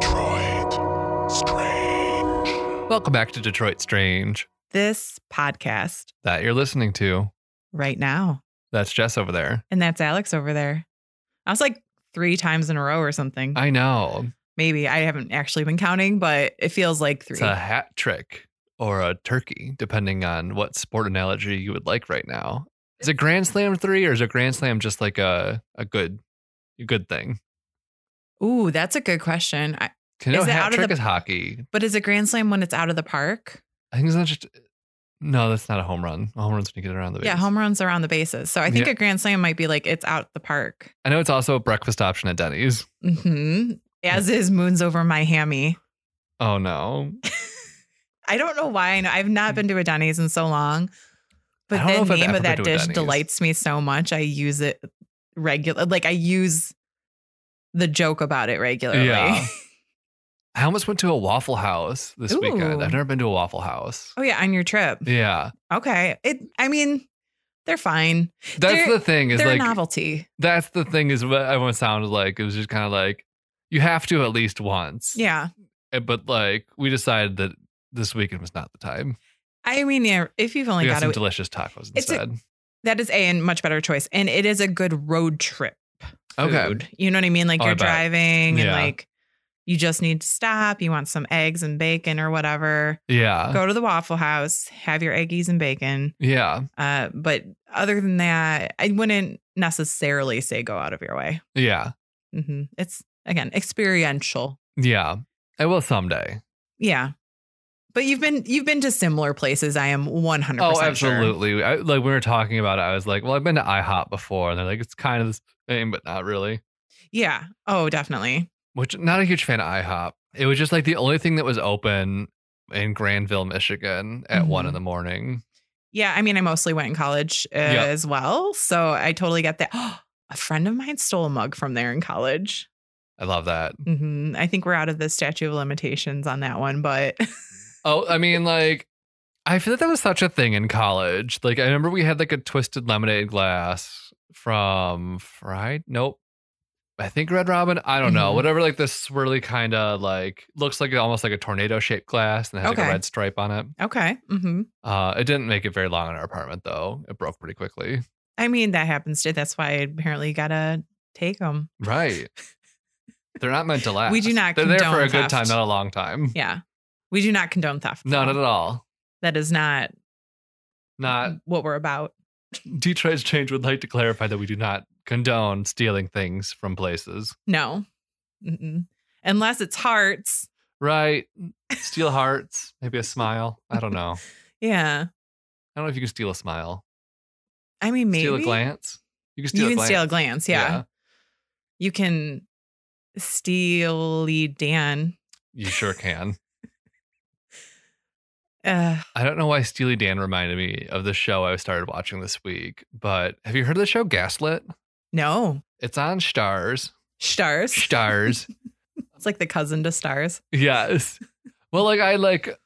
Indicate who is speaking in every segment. Speaker 1: Detroit Strange.
Speaker 2: Welcome back to Detroit Strange
Speaker 3: This podcast
Speaker 2: that you're listening to.
Speaker 3: right now.
Speaker 2: That's Jess over there.
Speaker 3: And that's Alex over there. I was like three times in a row or something.
Speaker 2: I know.
Speaker 3: Maybe I haven't actually been counting, but it feels like three.
Speaker 2: It's a hat trick or a turkey, depending on what sport analogy you would like right now. Is a Grand Slam three or is a Grand Slam just like a, a good a good thing?
Speaker 3: Ooh, that's a good question. I,
Speaker 2: You know,
Speaker 3: Is it
Speaker 2: hat
Speaker 3: out of
Speaker 2: trick
Speaker 3: the-
Speaker 2: is hockey.
Speaker 3: but is a grand slam when it's out of the park?
Speaker 2: I think it's not just no, that's not a home run. A home run's when you get around the base.
Speaker 3: Yeah, home runs around the bases. So I think
Speaker 2: Yeah.
Speaker 3: a grand slam might be like it's out the park.
Speaker 2: I know it's also a breakfast option at Denny's.
Speaker 3: hmm As is moons over my hammy.
Speaker 2: Oh no.
Speaker 3: I don't know why. I know I've not been to a Denny's in so long,
Speaker 2: I
Speaker 3: but
Speaker 2: don't know
Speaker 3: the
Speaker 2: if I've
Speaker 3: name
Speaker 2: ever
Speaker 3: of that
Speaker 2: been to a
Speaker 3: dish
Speaker 2: Denny's.
Speaker 3: delights me so much. I use it regular, like I use the joke about it regularly.
Speaker 2: Yeah. I almost went to a Waffle House this weekend.
Speaker 3: Ooh.
Speaker 2: I've never been to a Waffle House.
Speaker 3: oh yeah, on your trip.
Speaker 2: Yeah,
Speaker 3: Okay. It. I mean, they're fine.
Speaker 2: that's
Speaker 3: They're-
Speaker 2: the thing. Is
Speaker 3: They're
Speaker 2: like
Speaker 3: a novelty.
Speaker 2: that's the thing is what everyone sounded like. It was just kind of like you have to at least once.
Speaker 3: Yeah.
Speaker 2: Eh, But like we decided that this weekend was not the time.
Speaker 3: Oh I mean, yeah, if you've only
Speaker 2: we got,
Speaker 3: got
Speaker 2: some
Speaker 3: a,
Speaker 2: delicious tacos
Speaker 3: It's a-
Speaker 2: instead.
Speaker 3: that is a and much better choice, and it is a good road trip.
Speaker 2: Okay.
Speaker 3: food. You know what I mean? Like
Speaker 2: Oh, I
Speaker 3: you're
Speaker 2: bet.
Speaker 3: driving and
Speaker 2: Yeah.
Speaker 3: like you just need to stop. You want some eggs and bacon or whatever.
Speaker 2: yeah.
Speaker 3: Go to the Waffle House, have your eggies and bacon.
Speaker 2: Yeah.
Speaker 3: Uh, but other than that, I wouldn't necessarily say go out of your way.
Speaker 2: Yeah.
Speaker 3: hmm It's again experiential.
Speaker 2: Yeah. I will someday.
Speaker 3: Yeah. But you've been you've been to similar places. I am one hundred.
Speaker 2: Oh, absolutely. I, like we were talking about it, I was like, well, I've been to IHOP before, and they're like, it's kind of the same, but not really.
Speaker 3: Yeah. Oh, definitely.
Speaker 2: Which not a huge fan of IHOP. It was just like the only thing that was open in Granville, Michigan, at one
Speaker 3: Mhm.
Speaker 2: in the morning.
Speaker 3: Yeah. I mean, I mostly went in college uh,
Speaker 2: Yep.
Speaker 3: as well, so I totally get that. a friend of mine stole a mug from there in college.
Speaker 2: I love that.
Speaker 3: hmm I think we're out of the statute of limitations on that one, but
Speaker 2: Oh, I mean, like, I feel like that was such a thing in college. Like, I remember we had like a twisted lemonade glass from Fried. Nope. I think Red Robin. I don't know.
Speaker 3: Mhm.
Speaker 2: Whatever, like this swirly kind of like looks like almost like a tornado shaped glass and it has like
Speaker 3: Okay.
Speaker 2: a red stripe on it.
Speaker 3: okay. hmm
Speaker 2: Uh, it didn't make it very long in our apartment though. It broke pretty quickly.
Speaker 3: I mean, that happens to. That's why apparently you gotta take them.
Speaker 2: Right. They're not meant to last.
Speaker 3: We do not
Speaker 2: They're there for
Speaker 3: condone
Speaker 2: a good
Speaker 3: theft.
Speaker 2: time, not a long time.
Speaker 3: Yeah, we do not condone theft.
Speaker 2: No,
Speaker 3: though.
Speaker 2: not at all.
Speaker 3: That is not
Speaker 2: Not
Speaker 3: what we're about.
Speaker 2: Detroit's change would like to clarify that we do not condone stealing things from places.
Speaker 3: No, Mm-mm. unless it's hearts.
Speaker 2: Right? Steal hearts, maybe a smile. I don't know. I
Speaker 3: Yeah,
Speaker 2: don't know if you can steal a smile.
Speaker 3: I mean, maybe
Speaker 2: Steal a glance. You can steal
Speaker 3: you
Speaker 2: a
Speaker 3: can
Speaker 2: glance.
Speaker 3: steal a glance. Yeah. you can steely Dan.
Speaker 2: You sure can.
Speaker 3: Uh,
Speaker 2: I don't know why Steely Dan reminded me of the show I started watching this week, but have you heard of the show Gaslit?
Speaker 3: no,
Speaker 2: It's on Stars.
Speaker 3: stars.
Speaker 2: Stars.
Speaker 3: It's like the cousin to stars.
Speaker 2: Yes. Well, like I like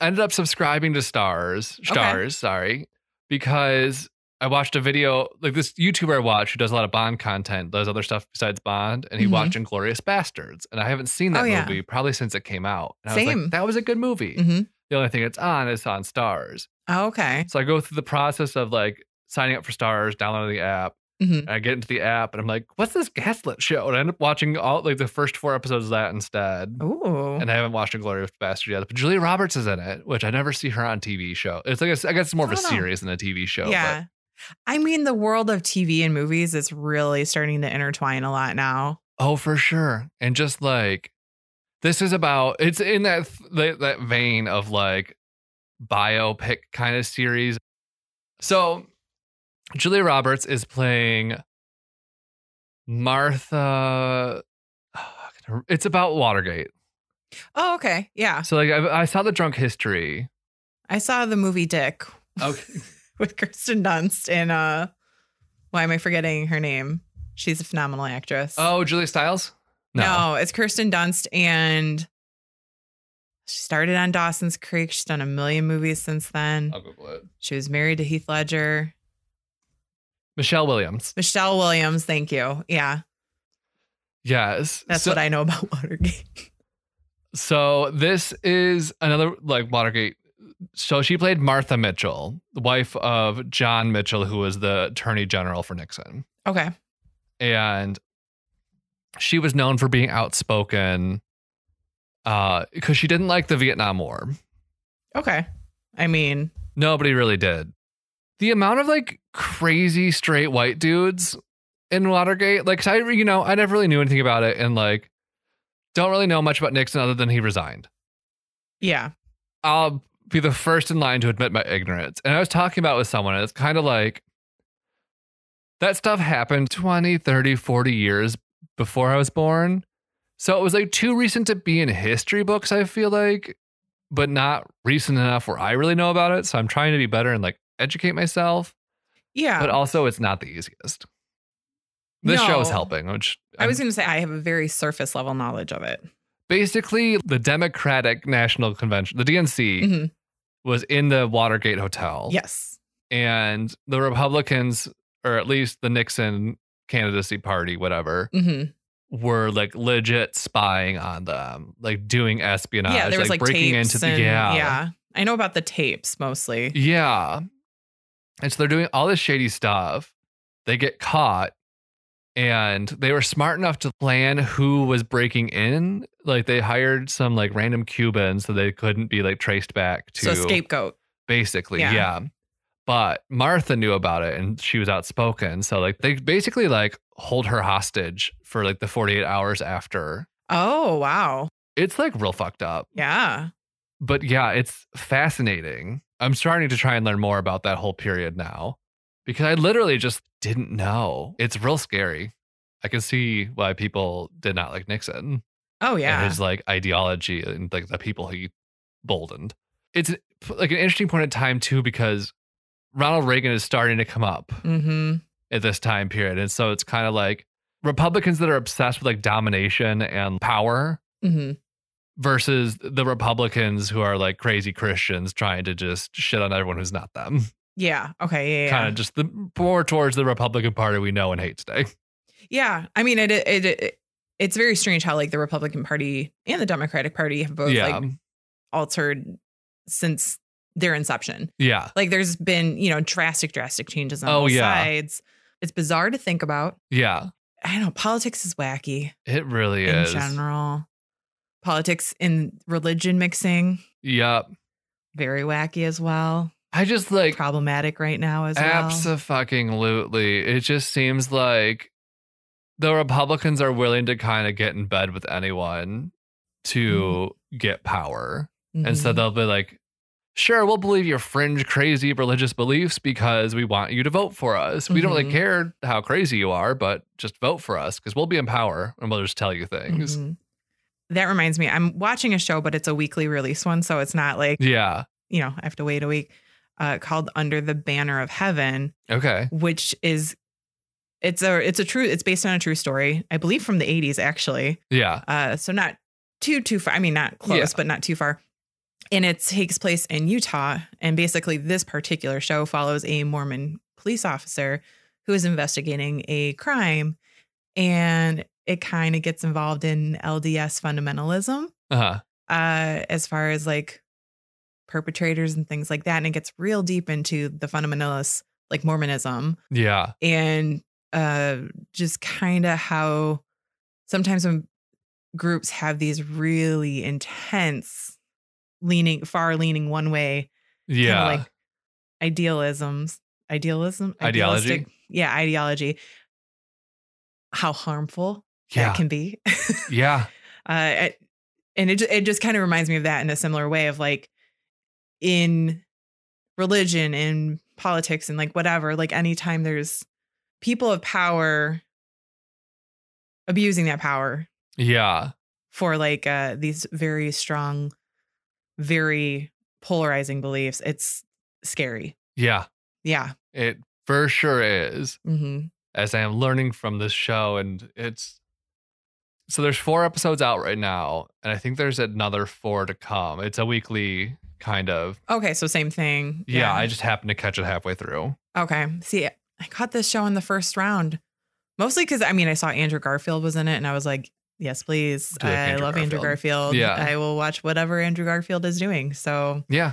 Speaker 2: ended up subscribing to Stars, Stars, sorry, because I watched a video like this YouTuber I watch who does a lot of Bond content, does other stuff besides Bond, and he
Speaker 3: Mhm.
Speaker 2: watched Inglorious Bastards, and I haven't seen that
Speaker 3: Oh, yeah.
Speaker 2: movie probably since it came out. And I was
Speaker 3: Same.
Speaker 2: like, that was a good movie.
Speaker 3: hmm
Speaker 2: The only thing it's on is on Stars.
Speaker 3: Okay.
Speaker 2: So I go through the process of like signing up for Stars, downloading the app,
Speaker 3: Mhm.
Speaker 2: and I get into the app, and I'm like, what's this Gaslit show? And I end up watching all like the first four episodes of that instead
Speaker 3: Ooh.
Speaker 2: and I haven't watched Inglorious Bastard yet. But Julia Roberts is in it, which I never see her on TV show. It's like a, I guess it's more of a
Speaker 3: I don't know.
Speaker 2: series than a TV show.
Speaker 3: Yeah. I mean, the world of TV and movies is really starting to intertwine a lot now.
Speaker 2: But, oh, for sure. And just like this is about it's in that th- that, that vein of like biopic kind of series. So Julia Roberts is playing Martha. It's about Watergate.
Speaker 3: Oh, okay. Yeah.
Speaker 2: So like I, I saw the Drunk History. Oh,
Speaker 3: I saw the movie Dick
Speaker 2: Okay.
Speaker 3: with Kristen Dunst and uh why am I forgetting her name? She's a phenomenal actress.
Speaker 2: Oh, Julia Stiles.
Speaker 3: no, it's Kirsten Dunst and She started on Dawson's Creek. She's done a million movies since then.
Speaker 2: I'll Google it.
Speaker 3: She was married to Heath Ledger.
Speaker 2: Michelle Williams.
Speaker 3: Michelle Williams, thank you. Yeah,
Speaker 2: Yes.
Speaker 3: that's
Speaker 2: so,
Speaker 3: what I know about Watergate.
Speaker 2: So this is another like Watergate. So she played Martha Mitchell, the wife of John Mitchell, who was the attorney general for Nixon.
Speaker 3: okay.
Speaker 2: and she was known for being outspoken because she didn't like the Vietnam War.
Speaker 3: Okay. I mean,
Speaker 2: Nobody really did. The amount of like crazy straight white dudes in Watergate, like 'cause I, you know, I never really knew anything about it, and like don't really know much about Nixon other than he resigned.
Speaker 3: yeah.
Speaker 2: I'll be the first in line to admit my ignorance. And I was talking about it with someone, and it's kind of like that stuff happened 20, 30, 40 years before I was born. So it was like too recent to be in history books, I feel like, but not recent enough where I really know about it. So I'm trying to be better and like educate myself,
Speaker 3: Yeah.
Speaker 2: but also it's not the easiest. This show is
Speaker 3: No.
Speaker 2: helping, which
Speaker 3: I
Speaker 2: I'm-
Speaker 3: was going to say I have a very surface level knowledge of it.
Speaker 2: basically the Democratic National Convention, the DNC,
Speaker 3: Mhm.
Speaker 2: was in the Watergate Hotel.
Speaker 3: Yes.
Speaker 2: and the Republicans, or at least the Nixon candidacy party, whatever,
Speaker 3: hmm
Speaker 2: were like legit spying on them, like doing espionage,
Speaker 3: yeah. There was like,
Speaker 2: breaking
Speaker 3: tapes
Speaker 2: into the
Speaker 3: and-
Speaker 2: yeah,
Speaker 3: yeah. I know about the tapes mostly.
Speaker 2: yeah. And so they're doing all this shady stuff. They get caught, and they were smart enough to plan who was breaking in. Like they hired some like random Cubans so they couldn't be like traced back to
Speaker 3: So scapegoat.
Speaker 2: basically yeah.
Speaker 3: Yeah.
Speaker 2: but martha knew about it and she was outspoken so like they basically like hold her hostage for like the 48 hours after
Speaker 3: Oh wow.
Speaker 2: it's like real fucked up
Speaker 3: Yeah.
Speaker 2: but yeah it's fascinating i'm starting to try and learn more about that whole period now because i literally just didn't know it's real scary i can see why people did not like nixon
Speaker 3: Oh
Speaker 2: and
Speaker 3: yeah.
Speaker 2: his like ideology and like the people he boldened. It's like an interesting point in time too because Ronald Reagan is starting to come up
Speaker 3: Mm-hmm.
Speaker 2: at this time period, and so it's kind of like Republicans that are obsessed with like domination and power
Speaker 3: Mm-hmm.
Speaker 2: versus the Republicans who are like crazy Christians trying to just shit on everyone who's not them.
Speaker 3: Yeah. Okay. Yeah. Yeah.
Speaker 2: Kind of just the more towards the Republican Party we know and hate today.
Speaker 3: yeah. I mean, it, it it it's very strange how like the Republican Party and the Democratic Party have both
Speaker 2: yeah,
Speaker 3: like altered since their inception.
Speaker 2: yeah,
Speaker 3: Like there's been, you know, drastic, drastic changes on
Speaker 2: Oh,
Speaker 3: both
Speaker 2: yeah.
Speaker 3: sides. It's bizarre to think about.
Speaker 2: yeah.
Speaker 3: I don't know. Politics is wacky
Speaker 2: It really
Speaker 3: in
Speaker 2: is.
Speaker 3: general. Politics and religion mixing,
Speaker 2: Yep.
Speaker 3: very wacky as well.
Speaker 2: I just like
Speaker 3: Problematic right now as well.
Speaker 2: Absolutely. It just seems like the Republicans are willing to kind of get in bed with anyone to
Speaker 3: Mm-hmm.
Speaker 2: get power. And so
Speaker 3: Mhm.
Speaker 2: they'll be like, sure, we'll believe your fringe, crazy religious beliefs because we want you to vote for us. We don't really
Speaker 3: Mhm.
Speaker 2: care how crazy you are, but just vote for us because we'll be in power and we'll just tell you things.
Speaker 3: Mhm. That reminds me, I'm watching a show, but it's a weekly release one, so it's not like
Speaker 2: Yeah.
Speaker 3: you know I have to wait a week. Uh, called Under the Banner of Heaven,
Speaker 2: Okay.
Speaker 3: which is it's a it's a true it's based on a true story, I believe from the 80s actually.
Speaker 2: Yeah.
Speaker 3: Uh, so not too too far. I mean, not close,
Speaker 2: Yeah.
Speaker 3: but not too far. And it takes place in Utah, and basically this particular show follows a Mormon police officer who is investigating a crime, and it kind of gets involved in LDS fundamentalism
Speaker 2: Uh huh.
Speaker 3: uh, as far as like perpetrators and things like that, and it gets real deep into the fundamentalists like Mormonism
Speaker 2: Yeah.
Speaker 3: and uh, just kind of how sometimes when groups have these really intense leaning far leaning one way kinda
Speaker 2: Yeah.
Speaker 3: like idealisms idealism
Speaker 2: Ideology?
Speaker 3: idealistic- yeah ideology how harmful
Speaker 2: yeah.
Speaker 3: that can be
Speaker 2: yeah.
Speaker 3: uh, it- and it ju- it just kind of reminds me of that in a similar way of like in religion in politics and like whatever like anytime there's people of power abusing that power
Speaker 2: Yeah.
Speaker 3: for like uh these very strong very polarizing beliefs it's scary
Speaker 2: Yeah.
Speaker 3: yeah
Speaker 2: It for sure is.
Speaker 3: hmm
Speaker 2: as I am learning from this show, and it's so there's four episodes out right now, and I think there's another four to come. It's a weekly kind of.
Speaker 3: Okay, so same thing.
Speaker 2: Yeah, I just happened to catch it halfway through.
Speaker 3: okay. See, I caught this show in the first round, mostly because I mean I saw Andrew Garfield was in it, and I was like, yes, please,
Speaker 2: Do you like
Speaker 3: I
Speaker 2: Andrew
Speaker 3: love Andrew Garfield.
Speaker 2: Yeah.
Speaker 3: I will watch whatever Andrew Garfield is doing. So
Speaker 2: Yeah,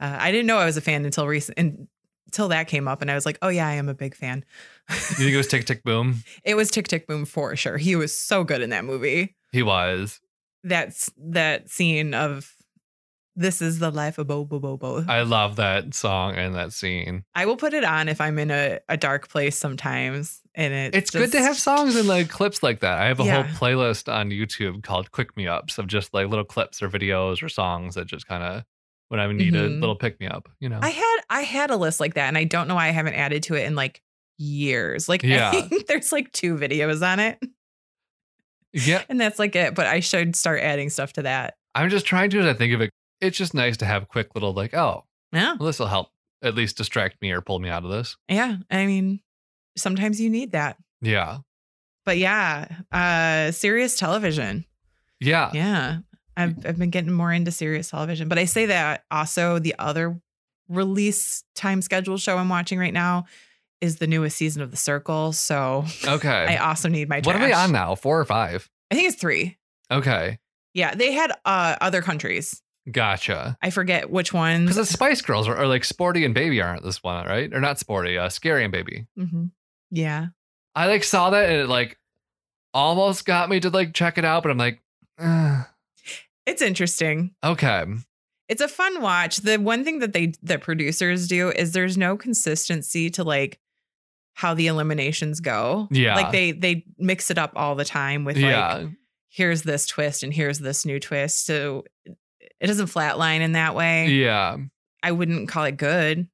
Speaker 3: uh, I didn't know I was a fan until recent until that came up, and I was like, oh yeah, I am a big fan.
Speaker 2: you think it was Tick Tick Boom?
Speaker 3: It was Tick Tick Boom for sure. He was so good in that movie.
Speaker 2: He was.
Speaker 3: That's that scene of this is the life of Bo Bo Bo Bo.
Speaker 2: I love that song and that scene.
Speaker 3: I will put it on if I'm in a, a dark place sometimes. And it
Speaker 2: It's
Speaker 3: just-
Speaker 2: good to have songs and like clips like that. I have a
Speaker 3: Yeah.
Speaker 2: whole playlist on YouTube called Quick Me Ups of just like little clips or videos or songs that just kind of when I need a
Speaker 3: Mhm.
Speaker 2: little pick me up, you know.
Speaker 3: I had I had a list like that, and I don't know why I haven't added to it in like years. Like
Speaker 2: Yeah.
Speaker 3: I think there's like two videos on it,
Speaker 2: yeah,
Speaker 3: and that's like it. But I should start adding stuff to that.
Speaker 2: I'm just trying to as I think of it. It's just nice to have quick little like, oh,
Speaker 3: Yeah.
Speaker 2: well, this will help at least distract me or pull me out of this.
Speaker 3: Yeah. I mean, sometimes you need that.
Speaker 2: Yeah.
Speaker 3: But yeah, uh serious television.
Speaker 2: Yeah.
Speaker 3: Yeah. I've I've been getting more into serious television. But I say that also the other release time schedule show I'm watching right now is the newest season of The Circle. So I
Speaker 2: Okay.
Speaker 3: also need my
Speaker 2: what are we
Speaker 3: trash.
Speaker 2: on now? Four or five?
Speaker 3: I think it's three.
Speaker 2: Okay.
Speaker 3: Yeah, they had uh, other countries.
Speaker 2: Gotcha.
Speaker 3: I forget which ones.
Speaker 2: Because the Spice Girls are, are like sporty and baby aren't this one, right? Or not sporty, uh, scary and baby.
Speaker 3: Mhm. Yeah,
Speaker 2: I like saw that and it like almost got me to like check it out, but I'm like, "Ugh,
Speaker 3: it's interesting.
Speaker 2: okay.
Speaker 3: It's a fun watch. The one thing that they the producers do is there's no consistency to like how the eliminations go.
Speaker 2: Yeah.
Speaker 3: like they they mix it up all the time with like
Speaker 2: yeah.
Speaker 3: here's this twist and here's this new twist. So it doesn't flatline in that way.
Speaker 2: Yeah.
Speaker 3: I wouldn't call it good.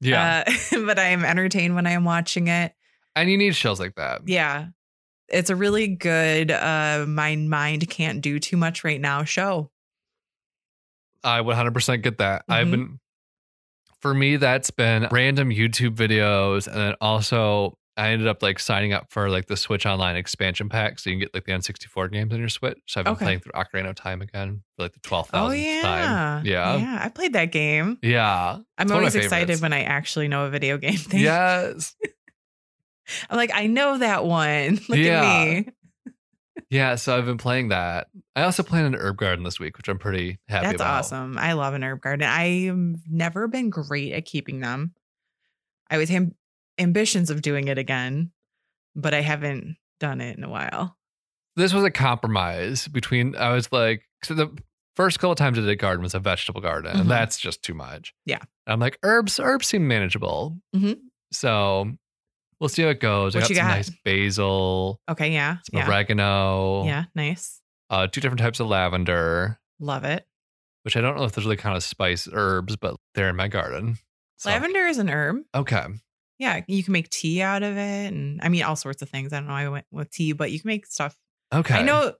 Speaker 2: Yeah.
Speaker 3: uh, but I am entertained when I am watching it.
Speaker 2: and you need shows like that.
Speaker 3: Yeah. It's a really good uh my mind can't do too much right now show.
Speaker 2: I 100% get that. I've
Speaker 3: Mhm.
Speaker 2: been, for me, that's been random YouTube videos. And then also, I ended up like signing up for like the Switch Online expansion pack. So you can get like the N64 games on your Switch. So I've been
Speaker 3: Okay.
Speaker 2: playing through Ocarina of Time again for like the 12,000th
Speaker 3: Oh yeah.
Speaker 2: time. Yeah. Yeah.
Speaker 3: Yeah, I played that game. I'm
Speaker 2: It's one of my
Speaker 3: always excited
Speaker 2: favorites.
Speaker 3: when I actually know a video game thing.
Speaker 2: Yes.
Speaker 3: I'm like, I know that one. Look
Speaker 2: Yeah.
Speaker 3: at me.
Speaker 2: Yeah. So I've been playing that. I also planted an herb garden this week, which I'm pretty happy
Speaker 3: That's
Speaker 2: about.
Speaker 3: awesome. I love an herb garden. I've never been great at keeping them. I was am- ambitions of doing it again, but I haven't done it in a while.
Speaker 2: this was a compromise between I was like so the first couple times I did a garden was a vegetable garden
Speaker 3: Mhm.
Speaker 2: and that's just too much.
Speaker 3: Yeah.
Speaker 2: I'm like herbs herbs seem manageable.
Speaker 3: Mhm.
Speaker 2: So we'll see how it goes. I
Speaker 3: What
Speaker 2: got
Speaker 3: you
Speaker 2: some
Speaker 3: got?
Speaker 2: nice basil,
Speaker 3: Okay, yeah.
Speaker 2: some
Speaker 3: yeah.
Speaker 2: oregano,
Speaker 3: Yeah, nice.
Speaker 2: uh, two different types of lavender,
Speaker 3: Love it.
Speaker 2: which I don't know if those really count as spice herbs, but they're in my garden. So-
Speaker 3: Lavender is an herb.
Speaker 2: Okay.
Speaker 3: Yeah, you can make tea out of it, and I mean all sorts of things. I don't know. why I went with tea, but you can make stuff.
Speaker 2: Okay.
Speaker 3: I know.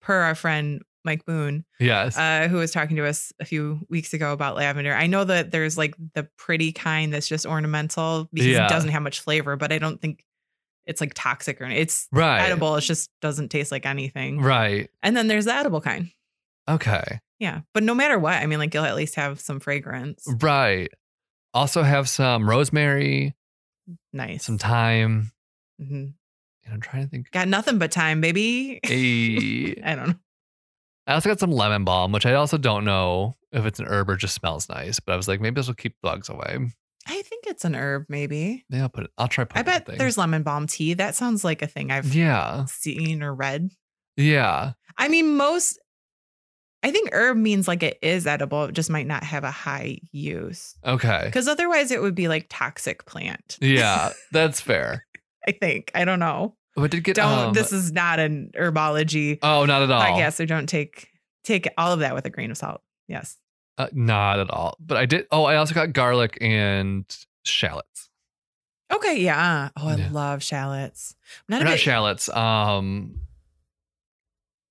Speaker 3: Per our friend Mike Boone,
Speaker 2: Yes.
Speaker 3: uh, who was talking to us a few weeks ago about lavender, I know that there's like the pretty kind that's just ornamental because
Speaker 2: Yeah.
Speaker 3: it doesn't have much flavor, but I don't think it's like toxic or any- it's
Speaker 2: right.
Speaker 3: edible. It just doesn't taste like anything.
Speaker 2: Right.
Speaker 3: And then there's the edible kind.
Speaker 2: Okay.
Speaker 3: Yeah, but no matter what, I mean, like you'll at least have some fragrance.
Speaker 2: Right. Also have some rosemary,
Speaker 3: Nice.
Speaker 2: some thyme.
Speaker 3: Mhm.
Speaker 2: And I'm trying to think.
Speaker 3: Got nothing but time, baby.
Speaker 2: Hey.
Speaker 3: I don't know.
Speaker 2: I also got some lemon balm, which I also don't know if it's an herb or just smells nice. But I was like, maybe this will keep bugs away.
Speaker 3: I think it's an herb, maybe.
Speaker 2: Yeah, I'll put it. I'll try.
Speaker 3: I
Speaker 2: Putting
Speaker 3: bet
Speaker 2: thing.
Speaker 3: there's lemon balm tea. That sounds like a thing I've
Speaker 2: Yeah,
Speaker 3: seen or read.
Speaker 2: yeah,
Speaker 3: I mean, most. I think herb means like it is edible. It just might not have a high use
Speaker 2: okay,
Speaker 3: because otherwise it would be like toxic plant.
Speaker 2: yeah. That's fair.
Speaker 3: I think I don't know.
Speaker 2: But I did get
Speaker 3: Don't.
Speaker 2: um,
Speaker 3: this is not an herbology
Speaker 2: Oh, not at all.
Speaker 3: podcast, so don't take take all of that with a grain of salt. Yes.
Speaker 2: Uh, not at all. But I did. Oh, I also got garlic and shallots.
Speaker 3: Okay. Yeah. Oh, I
Speaker 2: Yeah.
Speaker 3: love shallots. I'm
Speaker 2: Or
Speaker 3: not a
Speaker 2: Not
Speaker 3: big-
Speaker 2: shallots. Um,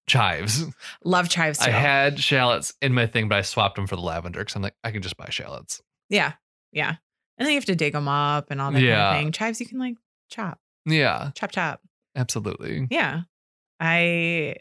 Speaker 2: chives.
Speaker 3: love chives. Too.
Speaker 2: I had shallots in my thing, but I swapped them for the lavender because I'm like, I can just buy shallots.
Speaker 3: Yeah. Yeah. And then you have to dig them up and all that
Speaker 2: Yeah.
Speaker 3: kind of thing. Chives you can like chop,
Speaker 2: Yeah,
Speaker 3: chop, chop.
Speaker 2: absolutely.
Speaker 3: Yeah. I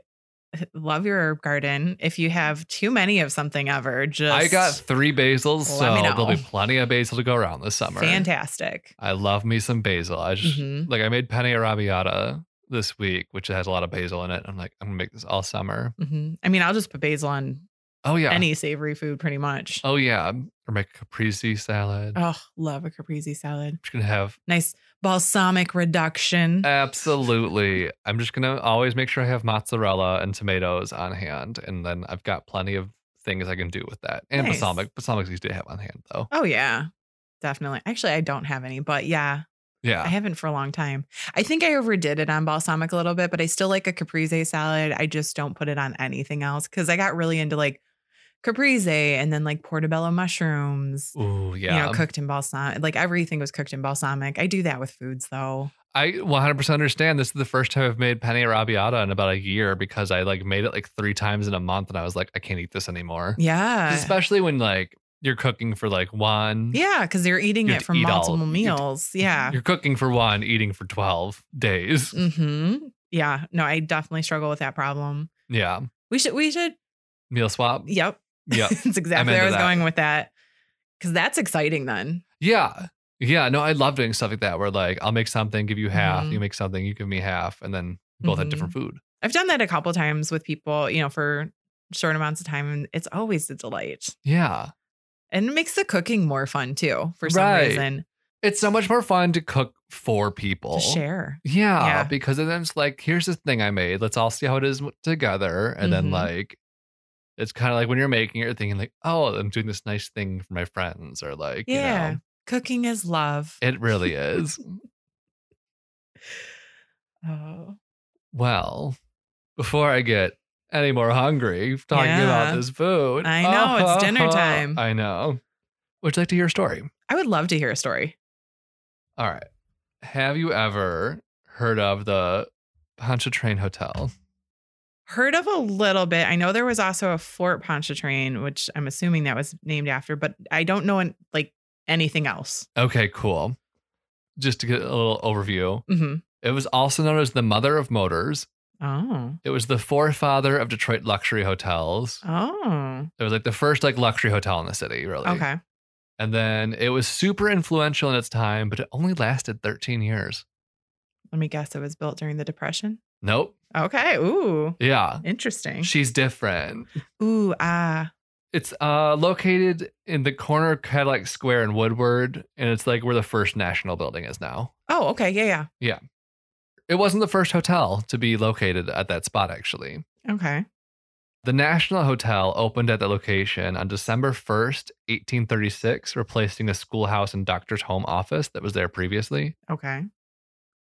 Speaker 3: love your garden. If you have too many of something ever, just
Speaker 2: I got three basils,
Speaker 3: Let
Speaker 2: so
Speaker 3: me know.
Speaker 2: there'll be plenty of basil to go around this summer.
Speaker 3: fantastic.
Speaker 2: I love me some basil. I just
Speaker 3: Mhm.
Speaker 2: like I made penne arrabbiata this week, which has a lot of basil in it. I'm like, I'm gonna make this all summer.
Speaker 3: Mhm. I mean, I'll just put basil on
Speaker 2: Oh yeah.
Speaker 3: any savory food pretty much. Oh,
Speaker 2: oh yeah. Or make a caprese salad.
Speaker 3: love a caprese salad.
Speaker 2: just gonna have
Speaker 3: Nice balsamic reduction.
Speaker 2: Eh. absolutely. I'm just gonna always make sure I have mozzarella and tomatoes on hand, and then I've got plenty of things I can do with that. And
Speaker 3: Nice.
Speaker 2: balsamic, balsamic's easy to have on hand though.
Speaker 3: oh, yeah. Definitely. Actually, I don't have any, but yeah, Oh, I
Speaker 2: Yeah,
Speaker 3: haven't for a long time. I think I overdid it on balsamic a little bit, but I still like a caprese salad. I just don't put it on anything else because I got really into like caprese and then like portobello mushrooms,
Speaker 2: ooh yeah.
Speaker 3: you know, cooked in balsamic. Like everything was cooked in balsamic. I do that with foods though.
Speaker 2: I 100% understand. This is the first time I've made penne arrabbiata in about a year because I like made it like three times in a month, and I was like, I can't eat this anymore.
Speaker 3: Yeah.
Speaker 2: Especially when like you're cooking for like one.
Speaker 3: yeah, because they're eating
Speaker 2: You
Speaker 3: it
Speaker 2: have to
Speaker 3: from
Speaker 2: eat all-
Speaker 3: multiple
Speaker 2: you have to-
Speaker 3: meals. Yeah.
Speaker 2: You're cooking for one, eating for twelve days.
Speaker 3: Mm-hmm. Yeah. No, I definitely struggle with that problem.
Speaker 2: Yeah.
Speaker 3: We should, we should,
Speaker 2: Meal swap.
Speaker 3: yep.
Speaker 2: Yeah.
Speaker 3: That's exactly
Speaker 2: into
Speaker 3: where I was
Speaker 2: that.
Speaker 3: going with that. Cause that's exciting then.
Speaker 2: Yeah. Yeah. No, I love doing stuff like that where like I'll make something, give you half,
Speaker 3: Mhm.
Speaker 2: you make something, you give me half, and then we both have different
Speaker 3: Mm-hmm.
Speaker 2: food.
Speaker 3: I've done that a couple times with people, you know, for short amounts of time, and it's always a delight.
Speaker 2: Yeah.
Speaker 3: And it makes the cooking more fun too, for some
Speaker 2: Right.
Speaker 3: reason.
Speaker 2: It's so much more fun to cook for people.
Speaker 3: To share.
Speaker 2: Yeah,
Speaker 3: Yeah.
Speaker 2: because then it's like, here's this thing I made. Let's all see how it is w- together. And then
Speaker 3: Mhm.
Speaker 2: like, it's kind of like when you're making it, you're thinking like, oh, I'm doing this nice thing for my friends, or like,
Speaker 3: Yeah.
Speaker 2: you know,
Speaker 3: Cooking is love.
Speaker 2: it really is.
Speaker 3: oh.
Speaker 2: well, before I get any more hungry talking
Speaker 3: Yeah.
Speaker 2: about this food, uh-huh,
Speaker 3: I know, it's dinner time.
Speaker 2: I know. Would you like to hear a story?
Speaker 3: I would love to hear a story.
Speaker 2: All right. Have you ever heard of the Pontchartrain Hotel?
Speaker 3: Heard of a little bit. I know there was also a Fort Pontchartrain, which I'm assuming that was named after, but I don't know an, like anything else.
Speaker 2: Okay, cool. Just to get a little overview.
Speaker 3: hmm
Speaker 2: It was also known as the mother of motors.
Speaker 3: Oh,
Speaker 2: It was the forefather of Detroit luxury hotels.
Speaker 3: oh,
Speaker 2: It was like the first like luxury hotel in the city, really.
Speaker 3: okay.
Speaker 2: And then it was super influential in its time, but it only lasted 13 years.
Speaker 3: Let me guess. It was built during the Depression.
Speaker 2: Nope.
Speaker 3: Okay. Ooh,
Speaker 2: Yeah.
Speaker 3: interesting.
Speaker 2: She's different.
Speaker 3: Ooh, ah,
Speaker 2: It's uh located in the corner of Cadillac Square in Woodward, and it's like where the first national building is now.
Speaker 3: Oh, okay. Yeah,
Speaker 2: It wasn't the first hotel to be located at that spot, actually.
Speaker 3: yeah. Okay.
Speaker 2: The National Hotel opened at the location on December 1st, 1836, replacing the schoolhouse and doctor's home office that was there previously.
Speaker 3: Okay.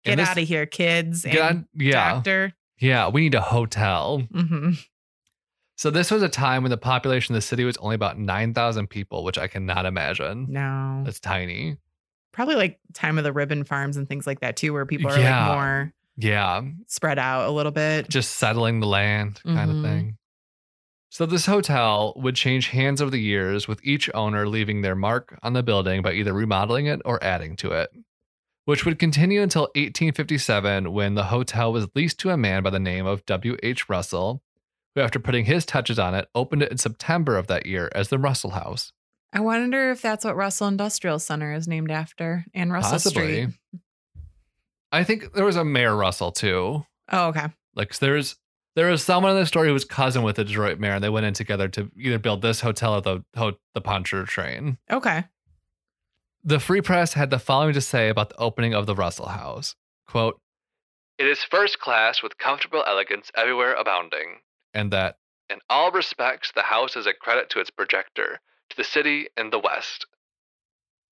Speaker 3: Get
Speaker 2: And this-
Speaker 3: out of here, kids.
Speaker 2: Get
Speaker 3: and
Speaker 2: on- yeah.
Speaker 3: Doctor.
Speaker 2: Yeah, we need a hotel.
Speaker 3: hmm
Speaker 2: So, this was a time when the population of the city was only about 9,000 people, which I cannot imagine.
Speaker 3: No.
Speaker 2: That's tiny.
Speaker 3: Probably like time of the ribbon farms and things like that too, where people are
Speaker 2: Yeah.
Speaker 3: like more
Speaker 2: Yeah,
Speaker 3: spread out a little bit.
Speaker 2: just settling the land kind
Speaker 3: Mhm.
Speaker 2: of thing. So, this hotel would change hands over the years, with each owner leaving their mark on the building by either remodeling it or adding to it, which would continue until 1857 when the hotel was leased to a man by the name of W.H. Russell, who, after putting his touches on it, opened it in September of that year as the Russell House.
Speaker 3: I wonder if that's what Russell Industrial Center is named after and Russell
Speaker 2: Possibly.
Speaker 3: Street.
Speaker 2: I think there was a Mayor Russell too.
Speaker 3: Oh, okay.
Speaker 2: Like 'cause there's there was someone in the story who was cousin with the Detroit mayor, and they went in together to either build this hotel or the ho- the Poncher train.
Speaker 3: Okay.
Speaker 2: The Free Press had the following to say about the opening of the Russell House: "Quote, it is first class with comfortable elegance everywhere abounding, and that in all respects the house is a credit to its projector, to the city and the West."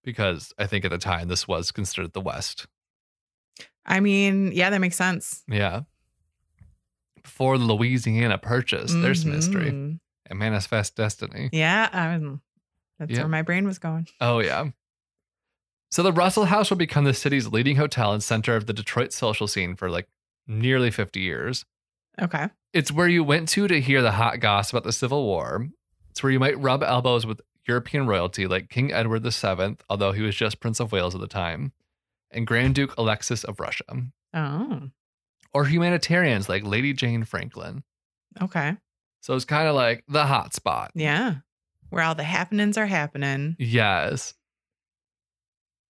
Speaker 2: Because I think at the time this was considered the West.
Speaker 3: I mean, yeah, that makes sense.
Speaker 2: Yeah. Before the Louisiana Purchase, there's some history
Speaker 3: Mhm.
Speaker 2: and Manifest Destiny.
Speaker 3: Yeah. Um, that's
Speaker 2: Yeah.
Speaker 3: where my brain was going.
Speaker 2: Oh, yeah. So the Russell House will become the city's leading hotel and center of the Detroit social scene for like nearly 50 years.
Speaker 3: Okay.
Speaker 2: It's where you went to to hear the hot gossip about the Civil War. It's where you might rub elbows with European royalty like King Edward VII, although he was just Prince of Wales at the time, and Grand Duke Alexis of Russia.
Speaker 3: Oh.
Speaker 2: or humanitarians like Lady Jane Franklin.
Speaker 3: Okay.
Speaker 2: So it's kind of like the hot spot.
Speaker 3: Yeah. Where all the happenings are happening.
Speaker 2: Yes.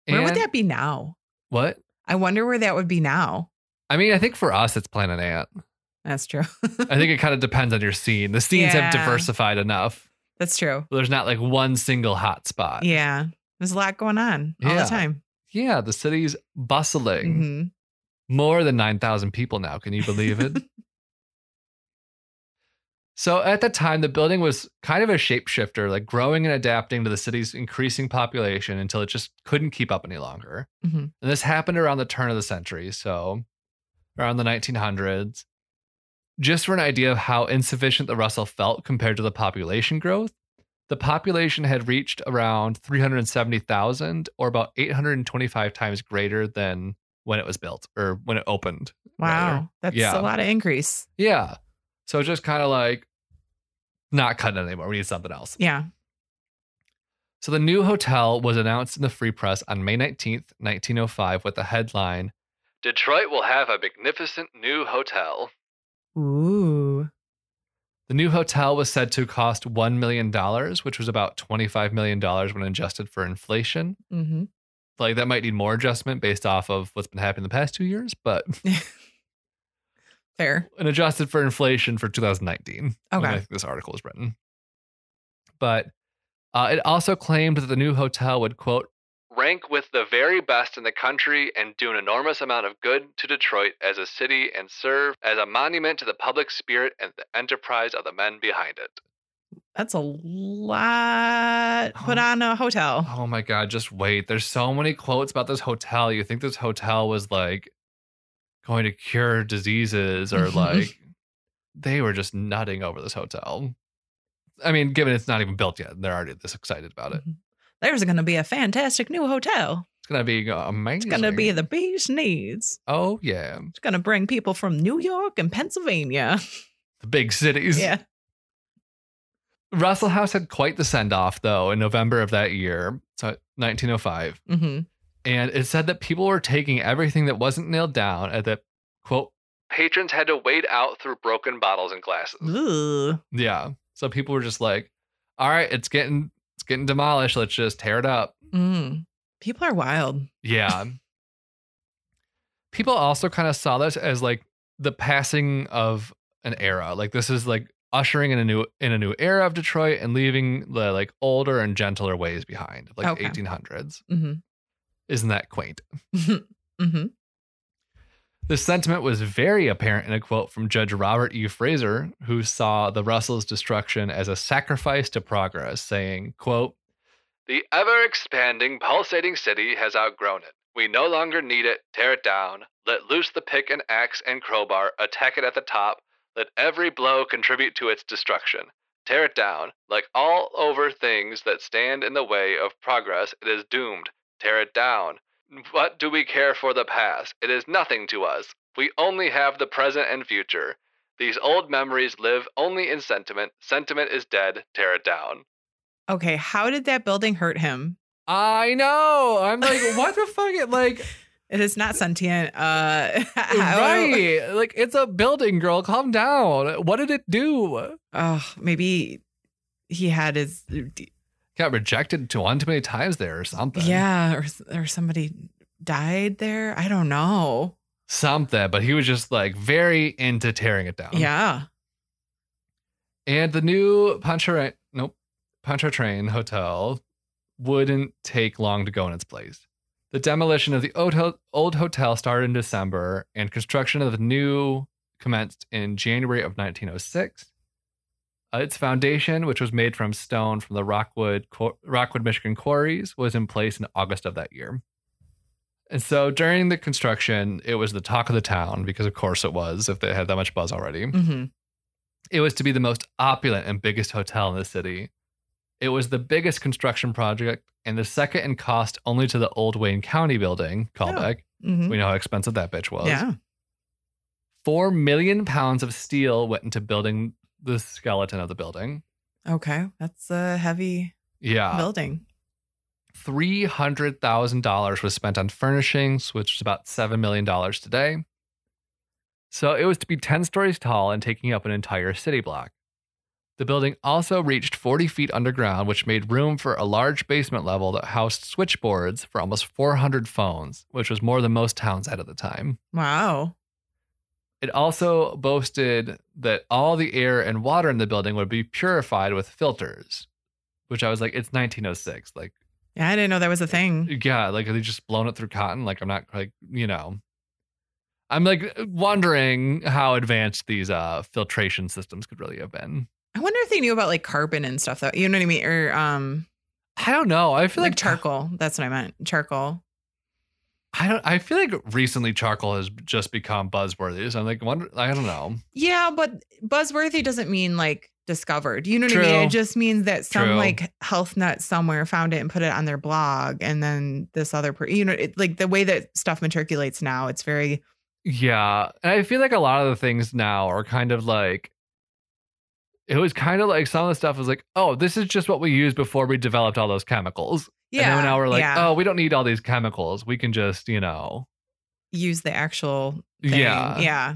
Speaker 3: Where would
Speaker 2: And-
Speaker 3: that be now?
Speaker 2: What?
Speaker 3: I wonder where that would be now.
Speaker 2: I mean, I think for us, it's Planet Ant.
Speaker 3: That's true.
Speaker 2: I think it kind of depends on your scene. The scenes
Speaker 3: Yeah.
Speaker 2: have diversified enough.
Speaker 3: That's true.
Speaker 2: There's not like one single hot spot.
Speaker 3: Yeah. There's a lot going on all
Speaker 2: Yeah.
Speaker 3: the time.
Speaker 2: Yeah, the city's bustling.
Speaker 3: hmm
Speaker 2: More than 9,000 people now. Can you believe it? so at the time, the building was kind of a shapeshifter, like growing and adapting to the city's increasing population until it just couldn't keep up any longer.
Speaker 3: Mhm.
Speaker 2: And this happened around the turn of the century. So around the 1900s. Just for an idea of how insufficient the Russell felt compared to the population growth, the population had reached around 370,000 or about 825 times greater than when it was built or when it opened.
Speaker 3: Wow.
Speaker 2: rather.
Speaker 3: That's
Speaker 2: Yeah.
Speaker 3: a lot of increase.
Speaker 2: Yeah. So just kind of like not cutting it anymore. We need something else.
Speaker 3: Yeah.
Speaker 2: So the new hotel was announced in the Free Press on May 19th, 1905, with the headline Detroit will have a magnificent new hotel.
Speaker 3: Ooh.
Speaker 2: The new hotel was said to cost $1 million, which was about $25 million when adjusted for inflation.
Speaker 3: hmm
Speaker 2: Like that might need more adjustment based off of what's been happening the past two years, but
Speaker 3: Fair.
Speaker 2: and adjusted for inflation for 2019. when
Speaker 3: Okay.
Speaker 2: I think this article was written. But uh, it also claimed that the new hotel would, quote, rank with the very best in the country and do an enormous amount of good to Detroit as a city and serve as a monument to the public spirit and the enterprise of the men behind it.
Speaker 3: That's a lot put
Speaker 2: Oh.
Speaker 3: on a hotel.
Speaker 2: Oh my God, just wait. There's so many quotes about this hotel. You think this hotel was like going to cure diseases or
Speaker 3: Mhm.
Speaker 2: like they were just nutting over this hotel. I mean, given it's not even built yet, they're already this excited about it.
Speaker 3: Mhm. There's going to be a fantastic new hotel.
Speaker 2: It's going to be amazing.
Speaker 3: It's going to be the bee's knees.
Speaker 2: Oh, yeah.
Speaker 3: It's going to bring people from New York and Pennsylvania.
Speaker 2: The big cities.
Speaker 3: yeah.
Speaker 2: Russell House had quite the send off, though, in November of that year, so 1905.
Speaker 3: hmm
Speaker 2: and it said that people were taking everything that wasn't nailed down and that quote patrons had to wade out through broken bottles and glasses
Speaker 3: Ooh.
Speaker 2: yeah so people were just like all right it's getting it's getting demolished let's just tear it up
Speaker 3: Mm. People are wild.
Speaker 2: yeah people also kind of saw this as like the passing of an era like this is like ushering in a new in a new era of detroit and leaving the like older and gentler ways behind like
Speaker 3: Okay.
Speaker 2: the 1800s
Speaker 3: hmm
Speaker 2: isn't that quaint
Speaker 3: hmm
Speaker 2: This sentiment was very apparent in a quote from Judge Robert E. Fraser, who saw the Russell's destruction as a sacrifice to progress, saying, quote, The ever expanding, pulsating city has outgrown it. We no longer need it. Tear it down. Let loose the pick and axe and crowbar. Attack it at the top. Let every blow contribute to its destruction. Tear it down. Like all over things that stand in the way of progress, it is doomed. Tear it down. What do we care for the past? It is nothing to us. We only have the present and future. These old memories live only in sentiment. Sentiment is dead. Tear it down.
Speaker 3: Okay. How did that building hurt him?
Speaker 2: I know. I'm like, what the fuck? It like,
Speaker 3: It is not sentient. Uh, how-
Speaker 2: right? Like, it's a building, girl. Calm down. What did it do?
Speaker 3: Oh, maybe he had his uh,
Speaker 2: Got rejected to one too many times there, or something.
Speaker 3: yeah, or or somebody died there. I don't know.
Speaker 2: something. But he was just like very into tearing it down.
Speaker 3: yeah.
Speaker 2: And the new Panchara, nope, Pontchartrain Hotel wouldn't take long to go in its place. The demolition of the old, ho- old hotel started in December, and construction of the new commenced in January of 1906. Uh, its foundation, which was made from stone from the Rockwood qu- Rockwood, Michigan quarries, was in place in August of that year. And so during the construction, it was the talk of the town because, of course, it was if they had that much buzz already.
Speaker 3: hmm
Speaker 2: It was to be the most opulent and biggest hotel in the city. It was the biggest construction project and the second in cost only to the old Wayne County building, callback.
Speaker 3: hmm
Speaker 2: We know how expensive that bitch was.
Speaker 3: Yeah.
Speaker 2: Four million pounds of steel went into building the skeleton of the building.
Speaker 3: Okay. That's a heavy
Speaker 2: Yeah.
Speaker 3: building.
Speaker 2: $300,000 was spent on furnishings, which is about $7 million today. So it was to be 10 stories tall and taking up an entire city block. The building also reached 40 feet underground, which made room for a large basement level that housed switchboards for almost 400 phones, which was more than most towns had at the time.
Speaker 3: Wow.
Speaker 2: It also boasted that all the air and water in the building would be purified with filters, which I was like, it's 1906. Like,
Speaker 3: Yeah, I didn't know that was a thing.
Speaker 2: yeah, like are they just blown it through cotton? Like, I'm not like, you know, I'm like uh, wondering how advanced these uh, filtration systems could really have been.
Speaker 3: I wonder if they knew about like carbon and stuff though. You know what I mean? Or um
Speaker 2: I don't know. I feel
Speaker 3: like,
Speaker 2: like,
Speaker 3: charcoal. That's what I meant. Charcoal.
Speaker 2: I don't. I feel like recently charcoal has just become buzzworthy. So I'm like, wonder. I don't know.
Speaker 3: Yeah, but buzzworthy doesn't mean like discovered. You know what I mean?
Speaker 2: True.
Speaker 3: It just means that some
Speaker 2: True.
Speaker 3: like health nut somewhere found it and put it on their blog, and then this other per you know, it, like the way that stuff matriculates now, it's very
Speaker 2: Yeah, and I feel like a lot of the things now are kind of like. It was kind of like some of the stuff was like, oh, this is just what we used before we developed all those chemicals.
Speaker 3: yeah.
Speaker 2: And then now we're like,
Speaker 3: yeah.
Speaker 2: oh, we don't need all these chemicals. We can just, you know.
Speaker 3: use the actual thing.
Speaker 2: Yeah.
Speaker 3: yeah.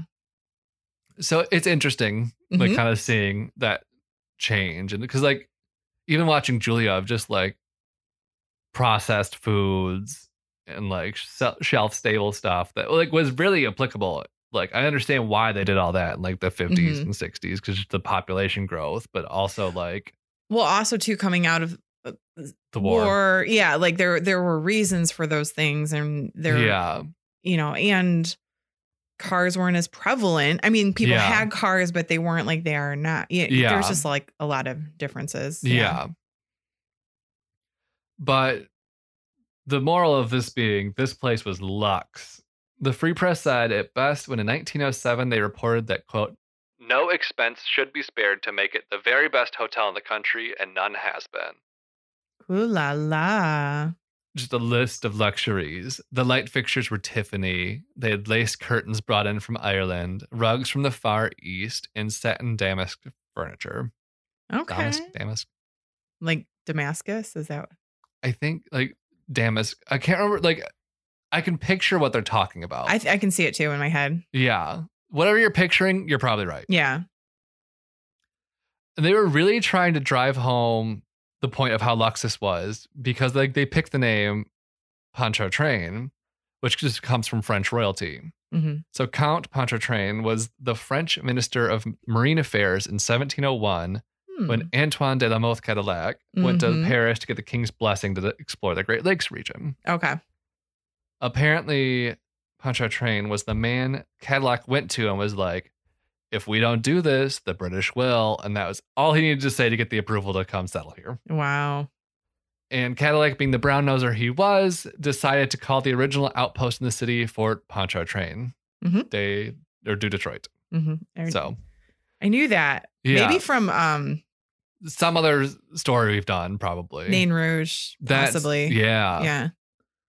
Speaker 2: So it's interesting, like
Speaker 3: Mhm.
Speaker 2: kind of seeing that change, and because like even watching Julia of just like processed foods and like shelf stable stuff that like was really applicable. Like I understand why they did all that in like the 50s
Speaker 3: Mhm.
Speaker 2: and sixties because the population growth, but also like
Speaker 3: Well, also too coming out of
Speaker 2: the war.
Speaker 3: yeah, like there there were reasons for those things, and there
Speaker 2: yeah,
Speaker 3: you know, and cars weren't as prevalent. I mean, people
Speaker 2: Yeah.
Speaker 3: had cars, but they weren't like they are not. Yeah,
Speaker 2: Yeah.
Speaker 3: there's just like a lot of differences.
Speaker 2: yeah, But the moral of this being, this place was lux. The Free Press said at best when in 1907 they reported that quote. No expense should be spared to make it the very best hotel in the country, and none has been.
Speaker 3: Ooh la la.
Speaker 2: just a list of luxuries. The light fixtures were Tiffany. They had lace curtains brought in from Ireland, rugs from the Far East, and satin damask furniture.
Speaker 3: Okay.
Speaker 2: Damask, damask.
Speaker 3: Like Damascus is that?
Speaker 2: I think like damask. I can't remember. Like, I can picture what they're talking about.
Speaker 3: I th- I can see it too in my head.
Speaker 2: yeah, whatever you're picturing, you're probably right.
Speaker 3: Yeah.
Speaker 2: And they were really trying to drive home the point of how luxus was because like they picked the name Pontchartrain, which just comes from French royalty.
Speaker 3: hmm
Speaker 2: So Count Pontchartrain was the French minister of Marine Affairs in 1701 when
Speaker 3: Hmm.
Speaker 2: Antoine de la Mothe Cadillac went to
Speaker 3: Mhm.
Speaker 2: Paris to get the king's blessing to explore the Great Lakes region.
Speaker 3: Hmm. okay.
Speaker 2: Apparently, Pontchartrain was the man Cadillac went to and was like, "If we don't do this, the British will," and that was all he needed to say to get the approval to come settle here.
Speaker 3: Wow.
Speaker 2: And Cadillac, being the brown noser he was, decided to call the original outpost in the city Fort Pontchartrain.
Speaker 3: Mhm.
Speaker 2: They or do Detroit.
Speaker 3: hmm
Speaker 2: So
Speaker 3: I knew that.
Speaker 2: yeah,
Speaker 3: Maybe from um
Speaker 2: some other story we've done probably.
Speaker 3: Nain Rouge,
Speaker 2: That's-
Speaker 3: possibly.
Speaker 2: Yeah.
Speaker 3: yeah.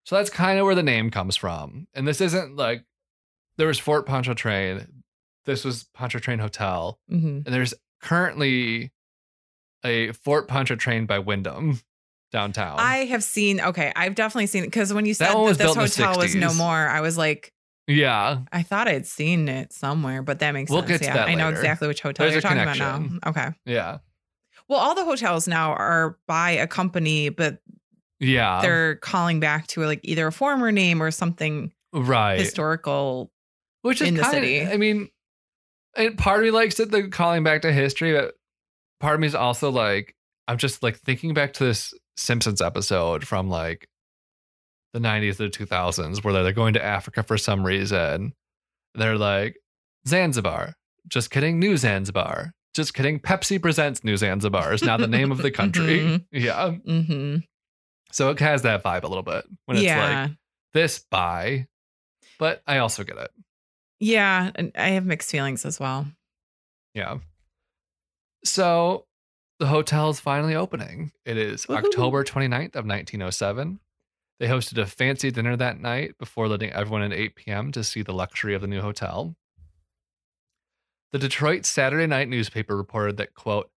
Speaker 2: So that's kind of where the name comes from. And this isn't like there was Fort Pontchartrain. This was Pontchartrain Hotel,
Speaker 3: hmm
Speaker 2: and there's currently a Fort Pontchartrain by Wyndham downtown.
Speaker 3: I have seen. Okay, I've definitely seen it because when you
Speaker 2: That
Speaker 3: said
Speaker 2: one
Speaker 3: that,
Speaker 2: was
Speaker 3: this
Speaker 2: built in the
Speaker 3: hotel was no
Speaker 2: 60s.
Speaker 3: more, I was like,
Speaker 2: yeah.
Speaker 3: I thought I'd seen it somewhere, but that makes
Speaker 2: We'll
Speaker 3: sense.
Speaker 2: get to
Speaker 3: yeah,
Speaker 2: that
Speaker 3: I know
Speaker 2: later.
Speaker 3: exactly which hotel
Speaker 2: There's
Speaker 3: you're
Speaker 2: a
Speaker 3: talking about now. Okay.
Speaker 2: Yeah.
Speaker 3: Well, all the hotels now are by a company, but
Speaker 2: Yeah.
Speaker 3: they're calling back to like either a former name or something
Speaker 2: right.
Speaker 3: historical.
Speaker 2: Which is
Speaker 3: in the
Speaker 2: kind
Speaker 3: city.
Speaker 2: of, I mean, and part of me likes it, the calling back to history, but part of me is also like, I'm just like thinking back to this Simpsons episode from like the 90s or 2000s where they're going to Africa for some reason. They're like, Zanzibar. Just kidding, New Zanzibar. Just kidding, Pepsi presents New Zanzibar is now the name of the country.
Speaker 3: Mhm.
Speaker 2: yeah.
Speaker 3: Mm-hmm.
Speaker 2: So it has that vibe a little bit when it's
Speaker 3: Yeah.
Speaker 2: like this by, but I also get it.
Speaker 3: yeah. And I have mixed feelings as well.
Speaker 2: Yeah. So the hotel is finally opening. It is
Speaker 3: Woohoo.
Speaker 2: October 29th of 1907. They hosted a fancy dinner that night before letting everyone in at 8 p.m. to see the luxury of the new hotel. The Detroit Saturday Night newspaper reported that, quote,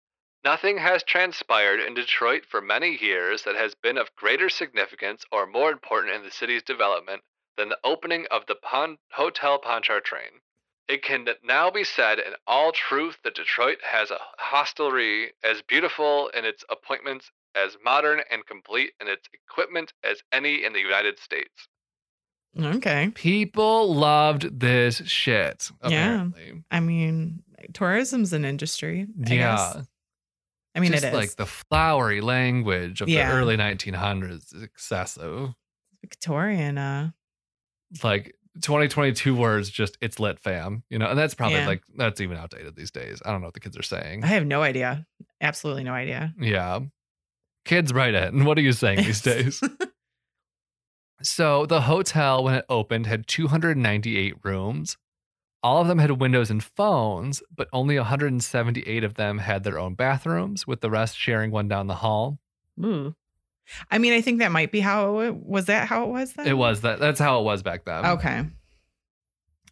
Speaker 2: Nothing has transpired in Detroit for many years that has been of greater significance or more important in the city's development than the opening of the Pon- Hotel Pontchartrain. It can now be said in all truth that Detroit has a hostelry as beautiful in its appointments as modern and complete in its equipment as any in the United States.
Speaker 3: Okay.
Speaker 2: People loved this shit,
Speaker 3: Yeah.
Speaker 2: apparently.
Speaker 3: I mean, tourism's an industry. I
Speaker 2: Yeah.
Speaker 3: guess. I mean,
Speaker 2: Just
Speaker 3: it is
Speaker 2: like the flowery language of
Speaker 3: Yeah.
Speaker 2: the early 1900s is excessive.
Speaker 3: Victorian. Uh,
Speaker 2: Like 2022 words, just it's lit fam, you know, and that's probably
Speaker 3: Yeah.
Speaker 2: like, that's even outdated these days. I don't know what the kids are saying.
Speaker 3: I have no idea. Absolutely no idea.
Speaker 2: Yeah. Kids write it. And what are you saying these days? so the hotel, when it opened, had 298 rooms. All of them had windows and phones, but only 178 of them had their own bathrooms, with the rest sharing one down the hall. Hmm.
Speaker 3: Ooh. I mean, I think that might be how it was. That how it was then.
Speaker 2: It was that that's how it was back then.
Speaker 3: Okay.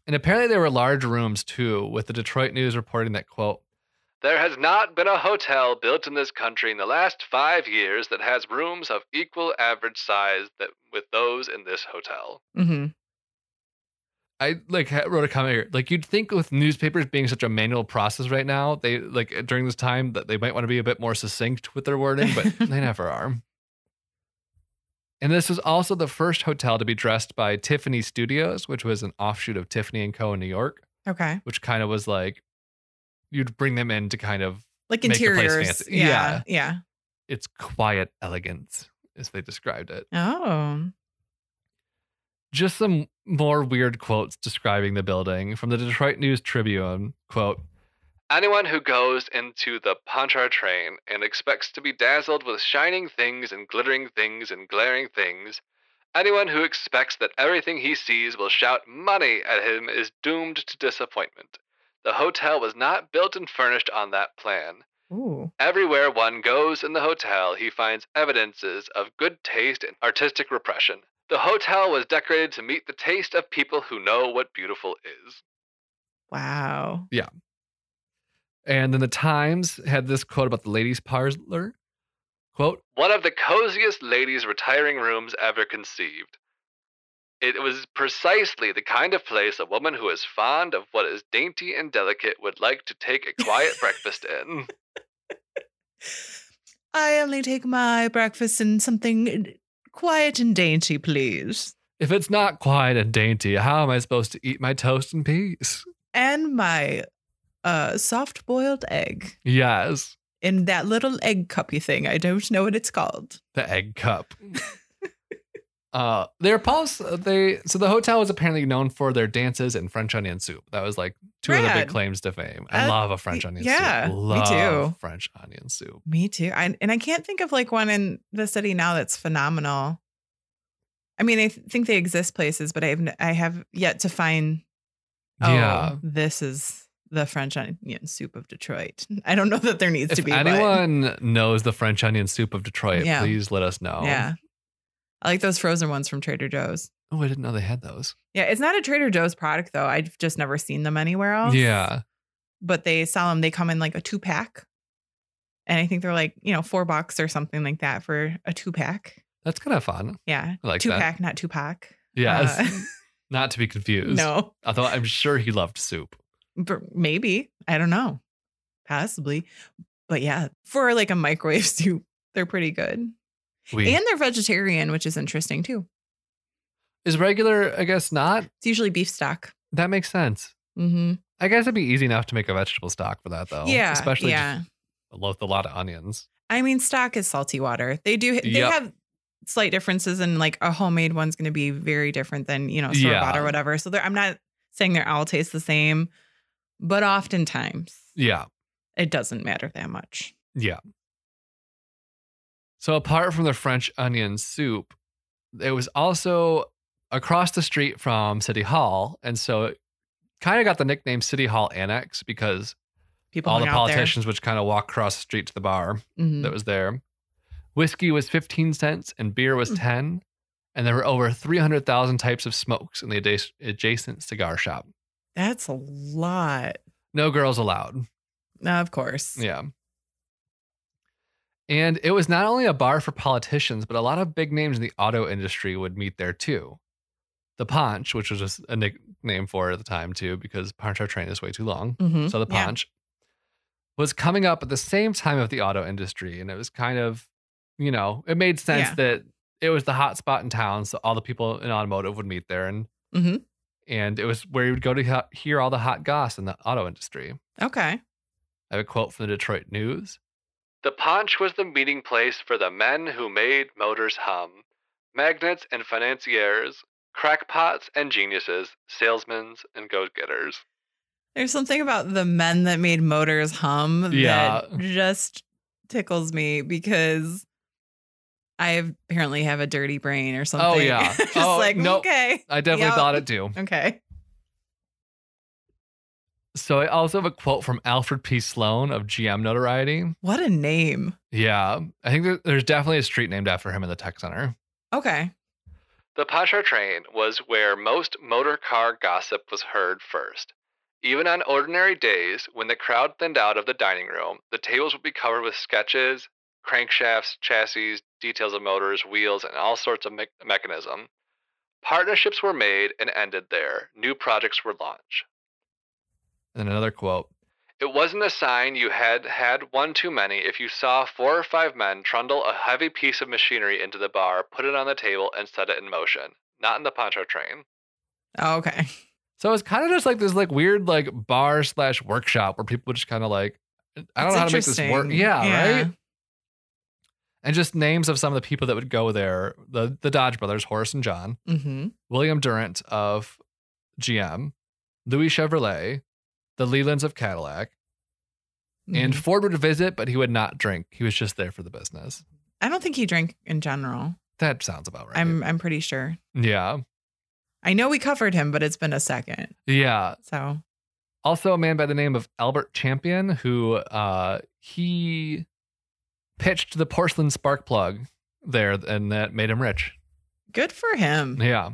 Speaker 2: And apparently there were large rooms too, with the Detroit News reporting that quote There has not been a hotel built in this country in the last five years that has rooms of equal average size that with those in this hotel.
Speaker 3: hmm
Speaker 2: I like ha- wrote a comment here. Like you'd think with newspapers being such a manual process right now, they like during this time that they might want to be a bit more succinct with their wording, but they never are. And this was also the first hotel to be dressed by Tiffany Studios, which was an offshoot of Tiffany and Co in New York,
Speaker 3: Okay.
Speaker 2: which kind of was like you'd bring them in to kind of
Speaker 3: Like
Speaker 2: Make the place
Speaker 3: interiors.
Speaker 2: fancy.
Speaker 3: Yeah. Yeah.
Speaker 2: its quiet elegance as they described it.
Speaker 3: Oh.
Speaker 2: just some more weird quotes describing the building from the Detroit News Tribune. Quote Anyone who goes into the Panchar train and expects to be dazzled with shining things and glittering things and glaring things, anyone who expects that everything he sees will shout money at him is doomed to disappointment. The hotel was not built and furnished on that plan.
Speaker 3: Ooh.
Speaker 2: Everywhere one goes in the hotel, he finds evidences of good taste and artistic repression. The hotel was decorated to meet the taste of people who know what beautiful is.
Speaker 3: Wow.
Speaker 2: And then the Times had this quote about the ladies' parlor. Quote, one of the coziest ladies' retiring rooms ever conceived. It was precisely the kind of place a woman who is fond of what is dainty and delicate would like to take a quiet breakfast in.
Speaker 3: I only take my breakfast in something uh, quiet and dainty, please.
Speaker 2: If it's not quiet and dainty, how am I supposed to eat my toast in peace?
Speaker 3: And my uh soft boiled egg
Speaker 2: Yes,
Speaker 3: in that little egg cuppy thing. I don't know what it's called.
Speaker 2: the egg cup. uh, their pulse, they so the hotel was apparently known for their dances and French onion soup. That was like two of the
Speaker 3: Rad.
Speaker 2: big claims to fame. I
Speaker 3: Uh,
Speaker 2: love a French onion
Speaker 3: yeah,
Speaker 2: soup.
Speaker 3: me
Speaker 2: Love
Speaker 3: too.
Speaker 2: French onion soup.
Speaker 3: Me too. I, and I can't think of like one in the city now that's phenomenal. I mean, I th- think they exist places, but I have n- I have yet to find. Oh,
Speaker 2: yeah.
Speaker 3: this is the French onion soup of Detroit. I don't know that there needs
Speaker 2: If
Speaker 3: to be but-
Speaker 2: anyone knows the French onion soup of Detroit,
Speaker 3: Yeah.
Speaker 2: please let us know.
Speaker 3: Yeah, I like those frozen ones from Trader Joe's.
Speaker 2: Oh, I didn't know they had those.
Speaker 3: Yeah, it's not a Trader Joe's product though. I've just never seen them anywhere else.
Speaker 2: Yeah.
Speaker 3: but they sell them. They come in like a two pack, and I think they're like you know four bucks or something like that for a two pack.
Speaker 2: That's kind of fun.
Speaker 3: Yeah,
Speaker 2: I like
Speaker 3: two
Speaker 2: that.
Speaker 3: pack, uh, not two pack.
Speaker 2: Yes. Not to be confused.
Speaker 3: no,
Speaker 2: Although I'm sure he loved soup.
Speaker 3: but maybe I don't know, possibly. But yeah, for like a microwave soup, they're pretty good,
Speaker 2: We,
Speaker 3: and they're vegetarian, which is interesting too.
Speaker 2: is regular, I guess not.
Speaker 3: It's usually beef stock.
Speaker 2: That makes sense.
Speaker 3: hmm
Speaker 2: I guess it'd be easy enough to make a vegetable stock for that though.
Speaker 3: yeah,
Speaker 2: Oh, Especially
Speaker 3: yeah.
Speaker 2: just with a lot of onions.
Speaker 3: I mean, stock is salty water. They do. They
Speaker 2: Yep.
Speaker 3: have slight differences, and like a homemade one's going to be very different than you know store bought
Speaker 2: Yeah.
Speaker 3: or whatever. So they're- I'm not saying they all taste the same, but oftentimes
Speaker 2: Yeah.
Speaker 3: it doesn't matter that much.
Speaker 2: Yeah. So apart from the French onion soup, it was also across the street from City Hall. And so it kind of got the nickname City Hall Annex because
Speaker 3: People
Speaker 2: all
Speaker 3: hung
Speaker 2: the
Speaker 3: out there.
Speaker 2: politicians would kind of walk across the street to the bar
Speaker 3: Mhm.
Speaker 2: that was there. Whiskey was 15 cents and beer was
Speaker 3: Mm.
Speaker 2: 10. And there were over 300,000 types of smokes in the adjac- adjacent cigar shop.
Speaker 3: That's a lot.
Speaker 2: No girls allowed.
Speaker 3: Of course.
Speaker 2: Yeah. And it was not only a bar for politicians, but a lot of big names in the auto industry would meet there too. the Ponch, which was just a nickname for it at the time too, because Ponch Our Train is way too long.
Speaker 3: Mm-hmm.
Speaker 2: So the
Speaker 3: Yeah.
Speaker 2: Ponch was coming up at the same time of the auto industry, and it was kind of, you know, it made sense
Speaker 3: Yeah.
Speaker 2: that it was the hot spot in town, so all the people in automotive would meet there, and
Speaker 3: Mhm.
Speaker 2: and it was where you would go to he- hear all the hot goss in the auto industry.
Speaker 3: Okay.
Speaker 2: I have a quote from the Detroit News. The Ponch was the meeting place for the men who made motors hum magnates and financiers, crackpots and geniuses, salesmen and go getters.
Speaker 3: There's something about the men that made motors hum
Speaker 2: Yeah.
Speaker 3: that just tickles me because I apparently have a dirty brain or something.
Speaker 2: yeah.
Speaker 3: just
Speaker 2: Oh,
Speaker 3: like,
Speaker 2: nope.
Speaker 3: okay.
Speaker 2: I definitely
Speaker 3: Yeah.
Speaker 2: thought it too.
Speaker 3: Okay.
Speaker 2: So I also have a quote from Alfred P. Sloan of GM notoriety.
Speaker 3: What a name.
Speaker 2: Yeah, I think there, there's definitely a street named after him in the tech center.
Speaker 3: Okay.
Speaker 2: The Pasha train was where most motor car gossip was heard first. Even on ordinary days, when the crowd thinned out of the dining room, the tables would be covered with sketches, crankshafts, chassis, details of motors, wheels, and all sorts of me- mechanism. Partnerships were made and ended there. New projects were launched. And another quote It wasn't a sign you had had one too many if you saw four or five men trundle a heavy piece of machinery into the bar, put it on the table, and set it in motion. Not in the poncho train.
Speaker 3: Oh, Okay.
Speaker 2: So it's kind of just like this like weird like bar slash workshop where people just kind of like I don't
Speaker 3: That's
Speaker 2: know how to make this work.
Speaker 3: interesting.
Speaker 2: Yeah,
Speaker 3: Yeah.
Speaker 2: right. And just names of some of the people that would go there: the the Dodge brothers, Horace and John,
Speaker 3: Mm-hmm.
Speaker 2: William Durant of GM, Louis Chevrolet, the Lelands of Cadillac,
Speaker 3: Mm-hmm.
Speaker 2: and Ford would visit, but he would not drink. He was just there for the business.
Speaker 3: I don't think he drank in general.
Speaker 2: That sounds about right.
Speaker 3: I'm I'm pretty sure.
Speaker 2: yeah,
Speaker 3: I know we covered him, but it's been a second.
Speaker 2: yeah.
Speaker 3: So
Speaker 2: also a man by the name of Albert Champion, who uh, he pitched the porcelain spark plug there, and that made him rich.
Speaker 3: good for him.
Speaker 2: Yeah,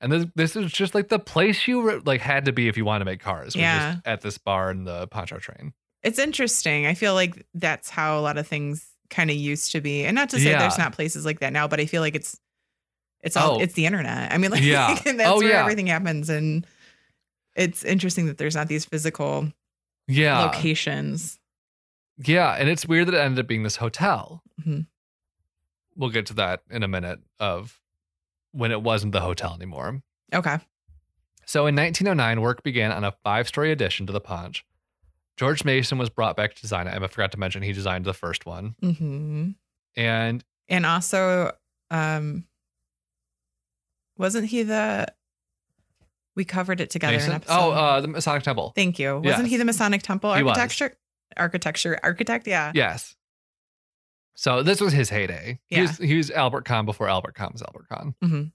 Speaker 2: and this this is just like the place you re- like had to be if you wanted to make cars. was
Speaker 3: Yeah.
Speaker 2: just at this bar in the Poncho Train.
Speaker 3: It's interesting. I feel like that's how a lot of things kind of used to be. And not to say
Speaker 2: Yeah.
Speaker 3: there's not places like that now, but I feel like it's it's all
Speaker 2: Oh.
Speaker 3: it's the internet. I mean, like
Speaker 2: Yeah.
Speaker 3: and that's
Speaker 2: Oh,
Speaker 3: where
Speaker 2: yeah.
Speaker 3: everything happens. And it's interesting that there's not these physical
Speaker 2: Yeah,
Speaker 3: locations.
Speaker 2: yeah, and it's weird that it ended up being this hotel.
Speaker 3: Mhm.
Speaker 2: We'll get to that in a minute. Of when it wasn't the hotel anymore.
Speaker 3: Okay.
Speaker 2: So in 1909, work began on a five story addition to the Ponch. George Mason was brought back to design it. and I forgot to mention he designed the first one.
Speaker 3: hmm
Speaker 2: And
Speaker 3: And also, um wasn't he the we covered it together in
Speaker 2: Mason,
Speaker 3: episode.
Speaker 2: oh, uh, the Masonic Temple.
Speaker 3: Thank you. Wasn't
Speaker 2: Yes.
Speaker 3: he the Masonic Temple
Speaker 2: He was.
Speaker 3: architecture? Architecture architect, yeah.
Speaker 2: yes. So this was his heyday. He,
Speaker 3: Yeah.
Speaker 2: was, he was Albert Kahn before Albert Kahn was Albert Kahn,
Speaker 3: Mhm.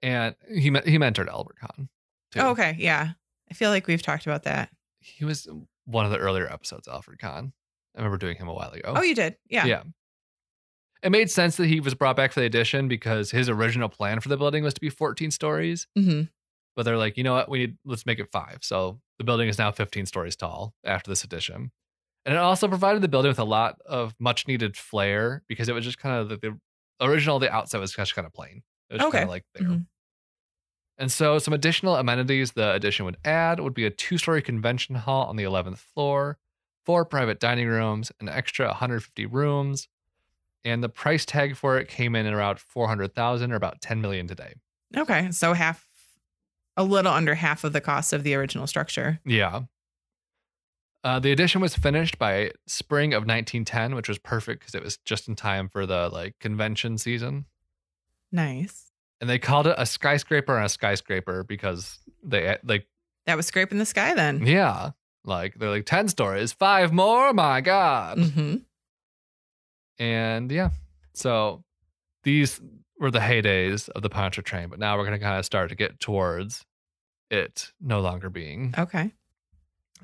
Speaker 2: and he me- he mentored Albert Kahn. Too.
Speaker 3: Oh, okay, yeah. I feel like we've talked about that.
Speaker 2: He was one of the earlier episodes, of Alfred Kahn. I remember doing him a while ago.
Speaker 3: Oh, you did. Yeah.
Speaker 2: Yeah. It made sense that he was brought back for the addition because his original plan for the building was to be 14 stories.
Speaker 3: hmm
Speaker 2: but they're like, you know what, we need let's make it five. So the building is now 15 stories tall after this addition. And it also provided the building with a lot of much needed flair because it was just kind of the, the original, the outside was just kind of plain. It was
Speaker 3: Okay.
Speaker 2: kind of like there.
Speaker 3: Mhm.
Speaker 2: And so some additional amenities the addition would add would be a two story convention hall on the 11th floor, four private dining rooms, an extra 150 rooms. And the price tag for it came in at around 400,000 or about 10 million today.
Speaker 3: Okay. So half, a little under half of the cost of the original structure.
Speaker 2: Yeah. Uh, the edition was finished by spring of 1910, which was perfect because it was just in time for the like convention season.
Speaker 3: Nice.
Speaker 2: And they called it a skyscraper and a skyscraper because they like
Speaker 3: That was scraping the sky then.
Speaker 2: yeah, like they're like ten stories, five more, my god.
Speaker 3: hmm
Speaker 2: And yeah, so these were the heydays of the Poncho train, but now we're gonna kind of start to get towards it no longer being
Speaker 3: Okay.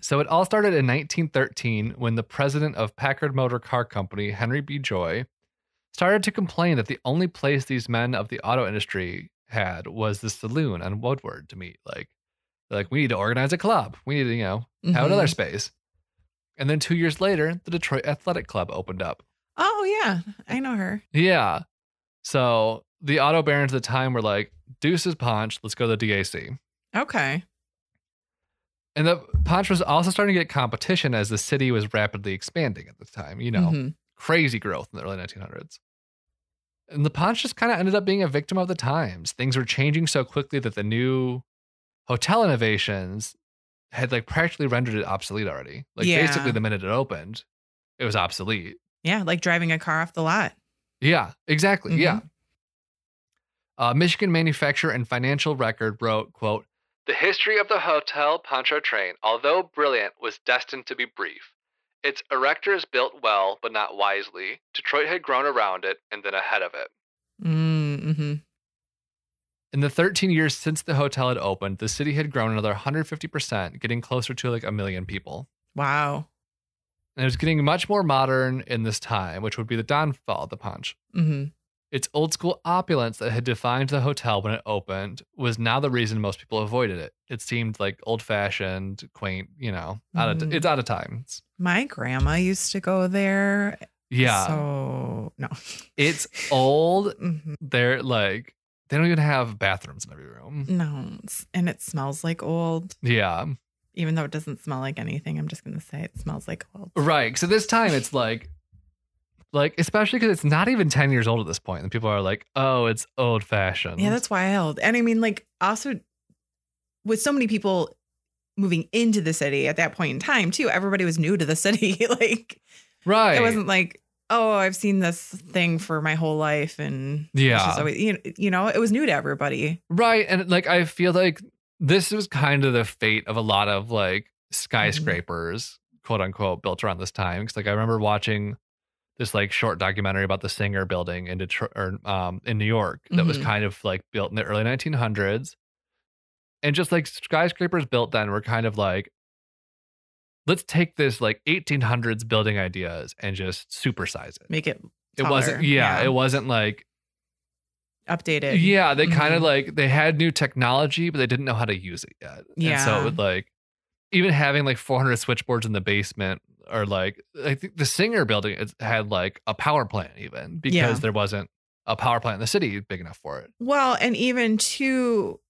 Speaker 2: So it all started in 1913 when the president of Packard Motor Car Company, Henry B. Joy, started to complain that the only place these men of the auto industry had was the saloon on Woodward to meet. Like, they're like we need to organize a club. We need to, you know, have
Speaker 3: Mhm.
Speaker 2: another space. And then two years later, the Detroit Athletic Club opened up.
Speaker 3: Oh, yeah. I know her.
Speaker 2: Yeah. So the auto barons at the time were like, Deuce is Punch, let's go to the DAC.
Speaker 3: Okay.
Speaker 2: And the Punch was also starting to get competition as the city was rapidly expanding at the time, you know,
Speaker 3: Mhm.
Speaker 2: crazy growth in the early 1900s. And the Punch just kind of ended up being a victim of the times. Things were changing so quickly that the new hotel innovations had like practically rendered it obsolete already. Like
Speaker 3: Yeah.
Speaker 2: basically the minute it opened, it was obsolete.
Speaker 3: Yeah, like driving a car off the lot.
Speaker 2: Yeah, exactly. Yeah. Uh, Michigan manufacturer and financial record wrote, quote, The history of the Hotel Pancho train, although brilliant, was destined to be brief. Its erectors built well, but not wisely. Detroit had grown around it and then ahead of it.
Speaker 3: Mm-hmm.
Speaker 2: In the 13 years since the hotel had opened, the city had grown another 150%, getting closer to like a million people.
Speaker 3: Wow.
Speaker 2: And it was getting much more modern in this time, which would be the downfall of the Punch.
Speaker 3: Mm-hmm.
Speaker 2: Its old school opulence that had defined the hotel when it opened was now the reason most people avoided it. It seemed like old fashioned, quaint, you know, out of
Speaker 3: Mhm.
Speaker 2: it's out of time.
Speaker 3: My grandma used to go there.
Speaker 2: Yeah.
Speaker 3: So no.
Speaker 2: It's old.
Speaker 3: Mhm.
Speaker 2: They're like they don't even have bathrooms in every room.
Speaker 3: no, it's- and it smells like old,
Speaker 2: Yeah.
Speaker 3: even though it doesn't smell like anything. I'm just gonna say it smells like old.
Speaker 2: Right. So this time it's like like especially cuz it's not even 10 years old at this point and people are like, "Oh, it's old fashioned."
Speaker 3: Yeah, that's wild. And I mean, like, also with so many people moving into the city at that point in time, too, everybody was new to the city. like,
Speaker 2: right.
Speaker 3: it wasn't like, oh, I've seen this thing for my whole life, and it's
Speaker 2: Yeah.
Speaker 3: just always, you you know, it was new to everybody.
Speaker 2: Right. And like I feel like this was kind of the fate of a lot of like skyscrapers, quote unquote, built around this time. Cause like I remember watching this like short documentary about the Singer building in Detroit or um in New York that was
Speaker 3: Mhm.
Speaker 2: kind of like built in the early 1900s. And just like skyscrapers built then were kind of like let's take this like 1800s building ideas and just supersize it.
Speaker 3: Make it
Speaker 2: It wasn't
Speaker 3: taller,
Speaker 2: yeah,
Speaker 3: yeah.
Speaker 2: it wasn't like
Speaker 3: updated.
Speaker 2: yeah, they kind of
Speaker 3: Mhm.
Speaker 2: like they had new technology, but they didn't know how to use it yet. And so
Speaker 3: Yeah.
Speaker 2: it would like even having like 400 switchboards in the basement or like I think the Singer building is- had like a power plant even because
Speaker 3: Yeah.
Speaker 2: there wasn't a power plant in the city big enough for it.
Speaker 3: Well, and even too,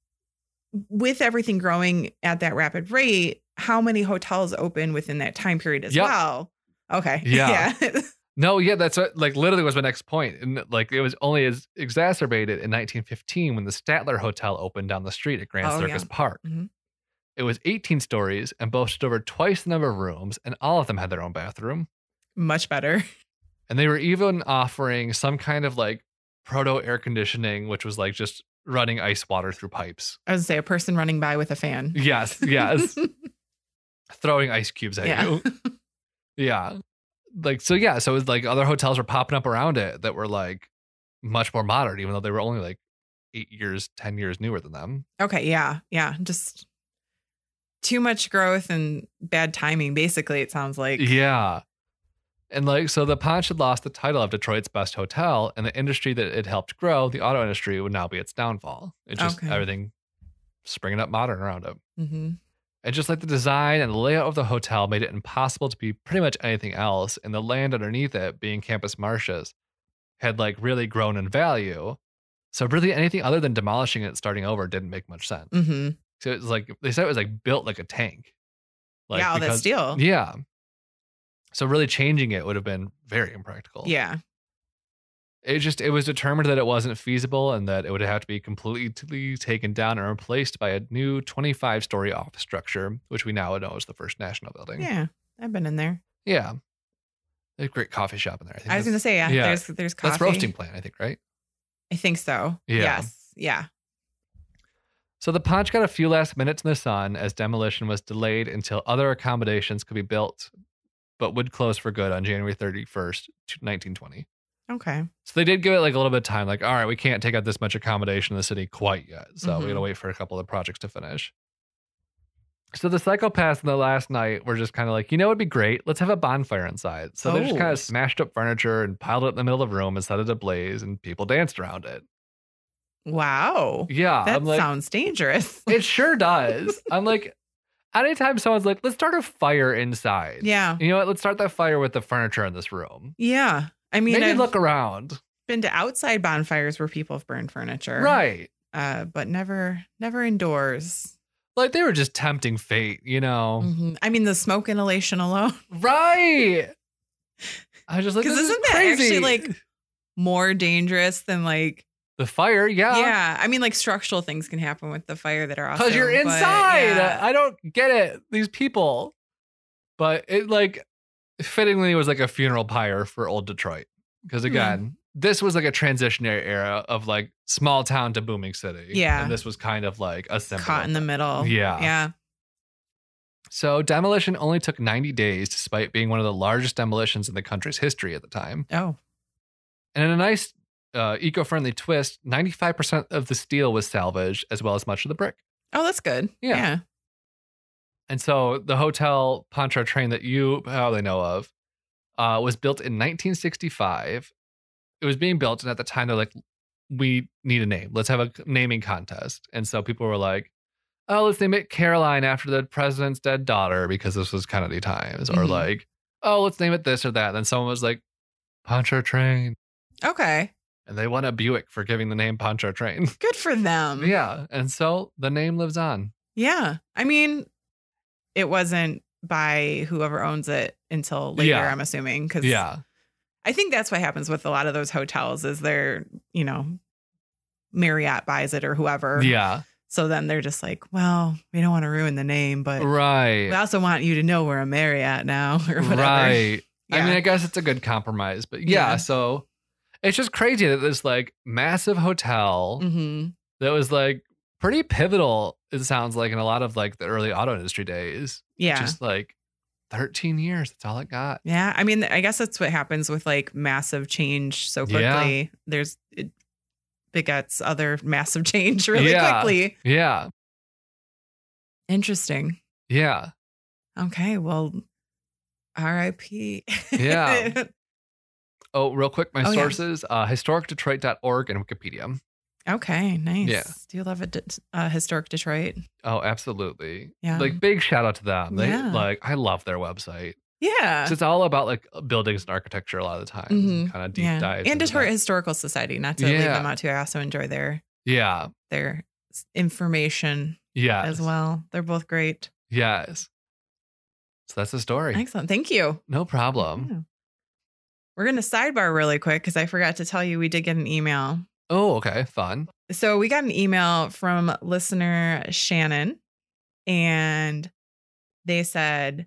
Speaker 3: with everything growing at that rapid rate, how many hotels open within that time period as
Speaker 2: Yep.
Speaker 3: well? Okay.
Speaker 2: Yeah.
Speaker 3: yeah.
Speaker 2: No, yeah, that's what, like literally was my next point. And like it was only as exacerbated in 1915 when the Statler Hotel opened down the street at Grand
Speaker 3: Oh,
Speaker 2: Circus
Speaker 3: yeah.
Speaker 2: Park.
Speaker 3: Mhm.
Speaker 2: It was 18 stories and boasted over twice the number of rooms, and all of them had their own bathroom.
Speaker 3: Much better.
Speaker 2: And they were even offering some kind of like proto air conditioning, which was like just running ice water through pipes.
Speaker 3: I was gonna say a person running by with a fan.
Speaker 2: Yes, yes. Throwing ice cubes at
Speaker 3: Yeah.
Speaker 2: you. Yeah. Like, so yeah, so it was like other hotels were popping up around it that were like much more modern, even though they were only like eight years, 10 years newer than them.
Speaker 3: okay, yeah, yeah. Just too much growth and bad timing, basically, it sounds like.
Speaker 2: Yeah. And like, so the Punch had lost the title of Detroit's best hotel, and the industry that it helped grow, the auto industry, would now be its downfall. It's just
Speaker 3: Okay.
Speaker 2: everything springing up modern around it.
Speaker 3: hmm
Speaker 2: And just like the design and the layout of the hotel made it impossible to be pretty much anything else, and the land underneath it, being campus marshes, had like really grown in value. So really anything other than demolishing it and starting over didn't make much sense.
Speaker 3: hmm
Speaker 2: So it was like they said it was like built like a tank.
Speaker 3: yeah, all that
Speaker 2: because-
Speaker 3: steel.
Speaker 2: Yeah. So really changing it would have been very impractical.
Speaker 3: Yeah.
Speaker 2: It just it was determined that it wasn't feasible and that it would have to be completely taken down and replaced by a new 25 story office structure, which we now know is the First National Building.
Speaker 3: Yeah. I've been in there.
Speaker 2: Yeah. They have a great coffee shop in there. I, think
Speaker 3: I was gonna
Speaker 2: that's-
Speaker 3: say, yeah,
Speaker 2: yeah.
Speaker 3: there's there's coffee.
Speaker 2: That's roasting plant, I think, right?
Speaker 3: I think so.
Speaker 2: Yeah.
Speaker 3: Yes. Yeah.
Speaker 2: So the punch got a few last minutes in the sun as demolition was delayed until other accommodations could be built, but would close for good on January 31st, 1920.
Speaker 3: Okay.
Speaker 2: So they did give it like a little bit of time, like, all right, we can't take out this much accommodation in the city quite yet. So
Speaker 3: Mhm.
Speaker 2: we gotta wait for a couple of the projects to finish. So the psychopaths in the last night were just kind of like, you know, it'd be great. Let's have a bonfire inside. So they just
Speaker 3: Oh.
Speaker 2: kind of smashed up furniture and piled it in the middle of the room and set it ablaze, and people danced around it.
Speaker 3: Wow.
Speaker 2: Yeah,
Speaker 3: That
Speaker 2: I'm like,
Speaker 3: sounds dangerous.
Speaker 2: it sure does. I'm like, anytime someone's like, let's start a fire inside.
Speaker 3: yeah.
Speaker 2: You know what? Let's start that fire with the furniture in this room.
Speaker 3: Yeah. I mean,
Speaker 2: Maybe
Speaker 3: I've-
Speaker 2: look around.
Speaker 3: been to outside bonfires where people have burned furniture.
Speaker 2: Right.
Speaker 3: Uh, but never never indoors.
Speaker 2: Like they were just tempting fate, you know.
Speaker 3: Mhm. I mean the smoke inhalation alone.
Speaker 2: Right. I was just like, this
Speaker 3: Because
Speaker 2: is
Speaker 3: isn't that
Speaker 2: crazy.
Speaker 3: actually like more dangerous than like
Speaker 2: the fire? Yeah.
Speaker 3: yeah. I mean like structural things can happen with the fire that are awesome.
Speaker 2: Because you're
Speaker 3: but,
Speaker 2: inside. Uh,
Speaker 3: yeah.
Speaker 2: I don't get it. These people. But it like fittingly was like a funeral pyre for old Detroit.
Speaker 3: Hmm.
Speaker 2: Because again, this was like a transitionary era of like small town to booming city.
Speaker 3: Yeah.
Speaker 2: And this was kind of like a symbol.
Speaker 3: caught in the middle.
Speaker 2: Yeah.
Speaker 3: Yeah.
Speaker 2: So demolition only took 90 days, despite being one of the largest demolitions in the country's history at the time.
Speaker 3: Oh.
Speaker 2: And in a nice uh, eco-friendly twist, 95% of the steel was salvaged, as well as much of the brick.
Speaker 3: Oh, that's good.
Speaker 2: Yeah.
Speaker 3: yeah.
Speaker 2: And so the hotel Pontchartrain that you probably know of uh, was built in 1965. It was being built, and at the time they're like, "We need a name. Let's have a naming contest." And so people were like, "Oh, let's name it Caroline after the president's dead daughter because this was Kennedy times," or
Speaker 3: Mhm.
Speaker 2: like, "Oh, let's name it this or that." And then someone was like, "Pontchartrain,"
Speaker 3: Okay.
Speaker 2: and they won a Buick for giving the name Pontchartrain.
Speaker 3: Good for them.
Speaker 2: yeah, and so the name lives on.
Speaker 3: Yeah. I mean, it wasn't by whoever owns it until later,
Speaker 2: Yeah.
Speaker 3: I'm assuming. Cause
Speaker 2: Yeah,
Speaker 3: I think that's what happens with a lot of those hotels is they're, you know, Marriott buys it or whoever.
Speaker 2: yeah,
Speaker 3: So then they're just like, well, we don't want to ruin the name, but
Speaker 2: right.
Speaker 3: we also want you to know we're a Marriott now or whatever.
Speaker 2: Right. I
Speaker 3: Yeah.
Speaker 2: mean, I guess it's a good compromise, but yeah,
Speaker 3: Yeah.
Speaker 2: so it's just crazy that this like massive hotel
Speaker 3: hmm
Speaker 2: that was like pretty pivotal, it sounds like, in a lot of like the early auto industry days.
Speaker 3: Yeah.
Speaker 2: Just like 13 years. That's all it got.
Speaker 3: yeah. I mean, I guess that's what happens with like massive change so quickly.
Speaker 2: Yeah.
Speaker 3: There's, it begets other massive change really
Speaker 2: Yeah.
Speaker 3: quickly.
Speaker 2: Yeah.
Speaker 3: Interesting.
Speaker 2: Yeah.
Speaker 3: Okay, well, R.I.P.
Speaker 2: Yeah. Oh, real quick, my
Speaker 3: Oh, yeah.
Speaker 2: sources uh, historicdetroit.org and Wikipedia.
Speaker 3: okay, nice.
Speaker 2: Yeah.
Speaker 3: Do you love a det- uh, historic Detroit?
Speaker 2: Oh, absolutely.
Speaker 3: Yeah.
Speaker 2: Like, big shout out to them. They,
Speaker 3: Yeah.
Speaker 2: Like, I love their website.
Speaker 3: yeah.
Speaker 2: 'Cause it's all about like buildings and architecture a lot of the time.
Speaker 3: Mhm.
Speaker 2: Kind of deep
Speaker 3: yeah.
Speaker 2: dives.
Speaker 3: and
Speaker 2: into
Speaker 3: Detroit
Speaker 2: that.
Speaker 3: Historical Society. Not to leave
Speaker 2: Yeah.
Speaker 3: them out too. I also enjoy their
Speaker 2: Yeah.
Speaker 3: their s- information
Speaker 2: Yeah.
Speaker 3: as well. They're both great.
Speaker 2: Yes. So that's the story.
Speaker 3: Excellent. Thank you.
Speaker 2: No problem.
Speaker 3: Yeah. We're gonna sidebar really quick because I forgot to tell you we did get an email.
Speaker 2: Oh, okay. Fun.
Speaker 3: So we got an email from listener Shannon, and they said,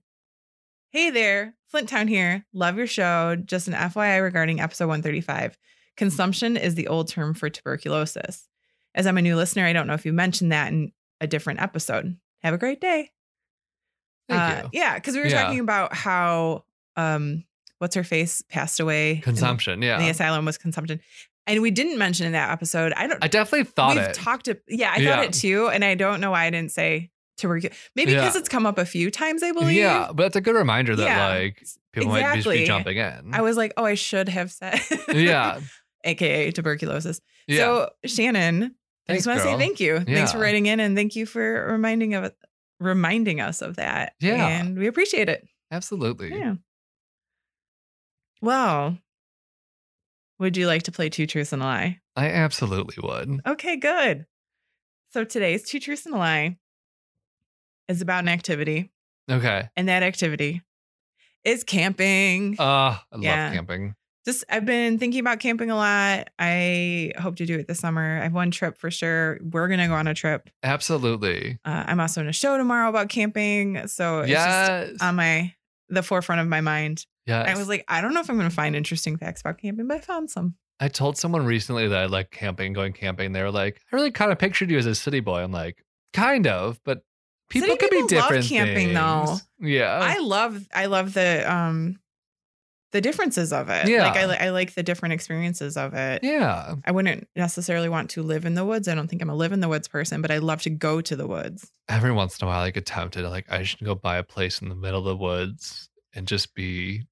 Speaker 3: Hey there, Flint Town here. Love your show. Just an FYI regarding episode 135. Consumption is the old term for tuberculosis. As I'm a new listener, I don't know if you mentioned that in a different episode. Have a great day.
Speaker 2: Thank
Speaker 3: Uh,
Speaker 2: you.
Speaker 3: Yeah, because we were
Speaker 2: Yeah.
Speaker 3: talking about how um what's her face passed away. in-
Speaker 2: Consumption.
Speaker 3: in
Speaker 2: Yeah.
Speaker 3: the asylum was consumption. And we didn't mention in that episode. I don't
Speaker 2: I definitely thought
Speaker 3: we've
Speaker 2: it.
Speaker 3: talked to yeah i
Speaker 2: Yeah.
Speaker 3: thought it too and i don't know why i didn't say tuberculosis maybe because it's come up a few times i believe
Speaker 2: yeah. But that's a good reminder that
Speaker 3: Yeah.
Speaker 2: like people might just be
Speaker 3: Exactly.
Speaker 2: jumping in.
Speaker 3: i was like oh i should have said
Speaker 2: yeah.
Speaker 3: aka tuberculosis
Speaker 2: Yeah.
Speaker 3: so shannon i just want to say thank you thanks for
Speaker 2: Yeah.
Speaker 3: writing in and thank you for reminding of reminding us of that
Speaker 2: Yeah.
Speaker 3: and we appreciate it
Speaker 2: Absolutely.
Speaker 3: yeah well would you like to play two truths and a lie
Speaker 2: I absolutely would.
Speaker 3: Okay, good. So today's Two Truths and a Lie is about an activity,
Speaker 2: Okay.
Speaker 3: and that activity is camping.
Speaker 2: Uh, I
Speaker 3: Yeah.
Speaker 2: love camping.
Speaker 3: Just I've been thinking about camping a lot. I hope to do it this summer. I have one trip for sure. We're gonna go on a trip.
Speaker 2: Absolutely.
Speaker 3: Uh, I'm also in a show tomorrow about camping, so it's just
Speaker 2: yes.
Speaker 3: on my the forefront of my mind.
Speaker 2: yes.
Speaker 3: I was like, I don't know if I'm gonna find interesting facts about camping, but I found some.
Speaker 2: I told someone recently that I like camping, going camping. They were like, I really kind of pictured you as a city boy. I'm like, kind of, but people
Speaker 3: City
Speaker 2: could be
Speaker 3: people love
Speaker 2: different.
Speaker 3: camping,
Speaker 2: things. Yeah.
Speaker 3: I love I love the um the differences of it.
Speaker 2: Yeah.
Speaker 3: Like I, li- I like the different experiences of it.
Speaker 2: yeah.
Speaker 3: I wouldn't necessarily want to live in the woods. I don't think I'm a live in the woods person, but I love to go to the woods.
Speaker 2: Every once in a while, I get tempted. Like, I should go buy a place in the middle of the woods and just be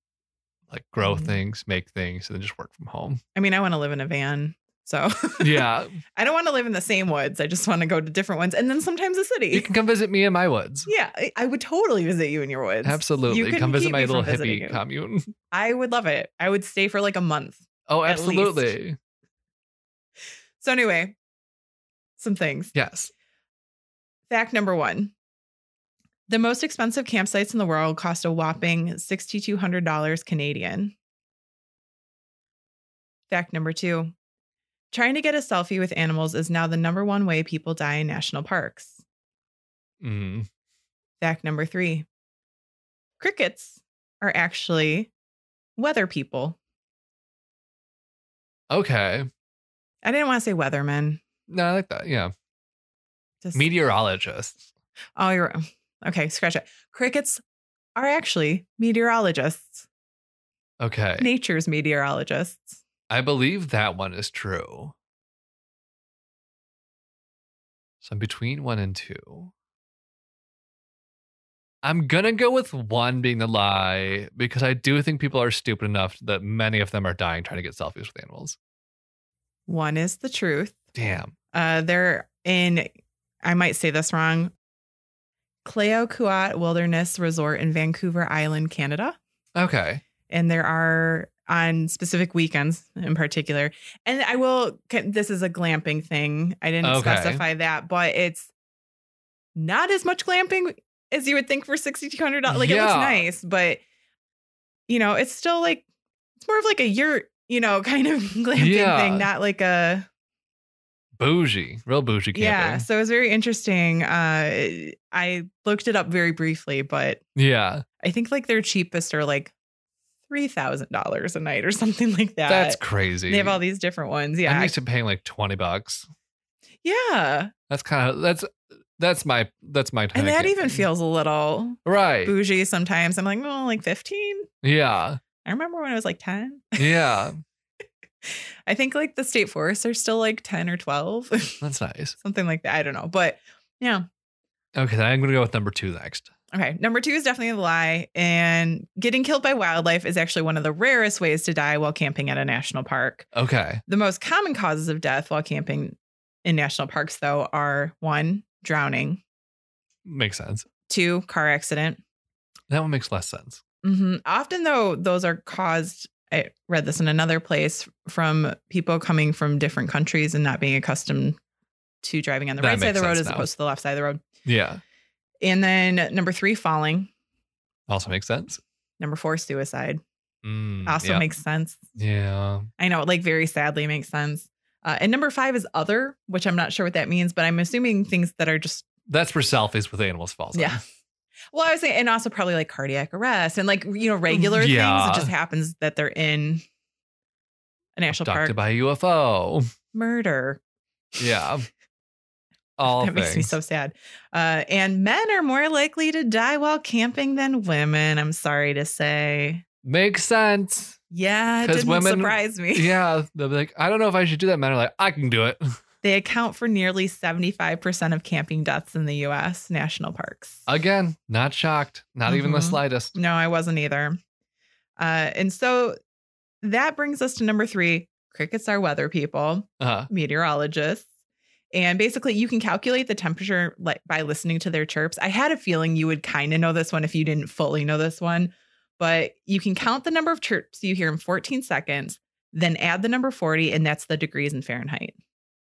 Speaker 2: like, grow
Speaker 3: Mhm.
Speaker 2: things, make things, and then just work from home.
Speaker 3: I mean, I want to live in a van. So
Speaker 2: Yeah.
Speaker 3: I don't want to live in the same woods. I just want to go to different ones and then sometimes the
Speaker 2: you
Speaker 3: city.
Speaker 2: can come visit me in my woods.
Speaker 3: Yeah, I- I would totally visit you in your woods.
Speaker 2: Absolutely.
Speaker 3: couldn't
Speaker 2: Come visit
Speaker 3: keep
Speaker 2: my
Speaker 3: me
Speaker 2: little
Speaker 3: from visiting
Speaker 2: hippie
Speaker 3: you.
Speaker 2: commune.
Speaker 3: I would love it. I would stay for like a month.
Speaker 2: Oh,
Speaker 3: At least.
Speaker 2: absolutely.
Speaker 3: So anyway, some things.
Speaker 2: Yes.
Speaker 3: Fact number one. The most expensive campsites in the world cost a whopping $6,200 Canadian. Fact number two trying to get a selfie with animals is now the number one way people die in national parks.
Speaker 2: Mm.
Speaker 3: Fact number three crickets are actually weather people.
Speaker 2: Okay.
Speaker 3: I didn't want to say weathermen.
Speaker 2: No, I like that. Yeah.
Speaker 3: Just,
Speaker 2: Meteorologists.
Speaker 3: oh, you're okay. Scratch it. Crickets are actually meteorologists,
Speaker 2: Okay.
Speaker 3: nature's meteorologists.
Speaker 2: I believe that one is true. So I'm between one and two. I'm gonna go with one being the lie because I do think people are stupid enough that many of them are dying trying to get selfies with animals.
Speaker 3: One is the truth.
Speaker 2: Damn.
Speaker 3: Uh, they're in, I might say this wrong, Clayoquot Wilderness Resort in Vancouver Island, Canada.
Speaker 2: Okay.
Speaker 3: And there are on specific weekends in particular. And I will, this is a glamping thing. I didn't
Speaker 2: Okay.
Speaker 3: specify that, but it's not as much glamping as you would think for $6,200. Like it looks
Speaker 2: Yeah.
Speaker 3: nice, but you know, it's still like, it's more of like a yurt, you know, kind of glamping
Speaker 2: Yeah.
Speaker 3: thing, not like a,
Speaker 2: Bougie. Real bougie camping.
Speaker 3: yeah, so it was very interesting. Uh, I looked it up very briefly, but
Speaker 2: Yeah.
Speaker 3: I think like their cheapest are like three thousand dollars a night or something like that.
Speaker 2: That's crazy.
Speaker 3: they have all these different ones. Yeah,
Speaker 2: I'm used to paying like twenty bucks.
Speaker 3: yeah,
Speaker 2: That's kind of that's that's my that's my
Speaker 3: and
Speaker 2: kinda
Speaker 3: that even
Speaker 2: camping.
Speaker 3: feels a little
Speaker 2: right.
Speaker 3: bougie sometimes. I'm like, oh, like fifteen.
Speaker 2: Yeah.
Speaker 3: I remember when I was like ten.
Speaker 2: Yeah.
Speaker 3: I think like the state forests are still like ten or twelve,
Speaker 2: that's nice.
Speaker 3: something like that. I don't know, but yeah.
Speaker 2: Okay, then I'm gonna go with number two next.
Speaker 3: Okay, number two is definitely a lie. And getting killed by wildlife is actually one of the rarest ways to die while camping at a national park.
Speaker 2: Okay.
Speaker 3: The most common causes of death while camping in national parks, though, are one, drowning,
Speaker 2: Makes sense.
Speaker 3: two, car accident.
Speaker 2: That one makes less sense.
Speaker 3: hmm Often, though, those are caused. I read this in another place from people coming from different countries and not being accustomed to driving on the
Speaker 2: That
Speaker 3: right side of
Speaker 2: makes
Speaker 3: the road
Speaker 2: sense
Speaker 3: as
Speaker 2: now.
Speaker 3: opposed to the left side of the road.
Speaker 2: Yeah.
Speaker 3: And then number three, falling.
Speaker 2: Also makes sense.
Speaker 3: Number four, suicide.
Speaker 2: Mm,
Speaker 3: Also
Speaker 2: yeah.
Speaker 3: makes sense.
Speaker 2: Yeah.
Speaker 3: I know, like very sadly makes sense. Uh, and number five is other, which I'm not sure what that means, but I'm assuming things that are just
Speaker 2: That's where selfies with animals falls. in.
Speaker 3: yeah. Well, I was saying, and also probably like cardiac arrest and like you know regular
Speaker 2: Mm, Yeah.
Speaker 3: things. It just happens that they're in a national
Speaker 2: Abducted
Speaker 3: park
Speaker 2: by a UFO.
Speaker 3: murder.
Speaker 2: Yeah. All
Speaker 3: that makes me
Speaker 2: things.
Speaker 3: so sad. Uh, and men are more likely to die while camping than women. I'm sorry to say.
Speaker 2: makes sense.
Speaker 3: Yeah, it
Speaker 2: 'Cause
Speaker 3: didn't
Speaker 2: women-
Speaker 3: surprise me.
Speaker 2: Yeah. They'll be like, I don't know if I should do that. Men are like, I can do it.
Speaker 3: They account for nearly 75% of camping deaths in the U.S. national parks.
Speaker 2: Uh Again, not shocked. Not even the
Speaker 3: Mhm.
Speaker 2: slightest.
Speaker 3: No, I wasn't either. Uh, and so that brings us to number three crickets are weather people,
Speaker 2: Uh,
Speaker 3: meteorologists. And basically, you can calculate the temperature like by listening to their chirps. I had a feeling you would kind of know this one if you didn't fully know this one, but you can count the number of chirps you hear in 14 seconds, then add the number 40, and that's the degrees in Fahrenheit.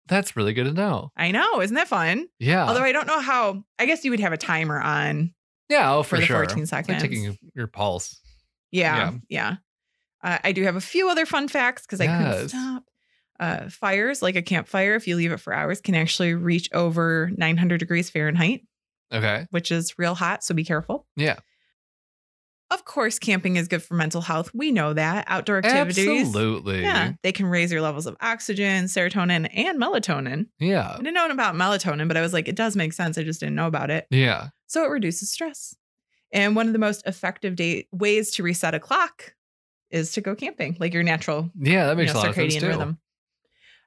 Speaker 2: that's really good to know.
Speaker 3: I know, isn't that fun?
Speaker 2: Yeah.
Speaker 3: Although I don't know how. I guess you would have a timer on.
Speaker 2: yeah. Oh,
Speaker 3: for
Speaker 2: for,
Speaker 3: the
Speaker 2: sure.
Speaker 3: 14
Speaker 2: It's like taking your,
Speaker 3: seconds.
Speaker 2: your pulse.
Speaker 3: Yeah. Yeah. Uh, I do have a few other fun facts because I couldn't
Speaker 2: Yes.
Speaker 3: stop. Uh, fires, like a campfire, if you leave it for hours, can actually reach over 900 degrees Fahrenheit,
Speaker 2: Okay.
Speaker 3: which is real hot. So be careful.
Speaker 2: Yeah.
Speaker 3: Of course, camping is good for mental health. We know that. Outdoor activities.
Speaker 2: Absolutely.
Speaker 3: Yeah. They can raise your levels of oxygen, serotonin, and melatonin.
Speaker 2: Yeah.
Speaker 3: I didn't know about melatonin, but I was like, it does make sense. I just didn't know about it.
Speaker 2: Yeah.
Speaker 3: So it reduces stress. And one of the most effective day- ways to reset a clock is to go camping, like your natural
Speaker 2: Yeah, that
Speaker 3: you
Speaker 2: makes
Speaker 3: know,
Speaker 2: a lot of sense
Speaker 3: circadian
Speaker 2: too.
Speaker 3: rhythm.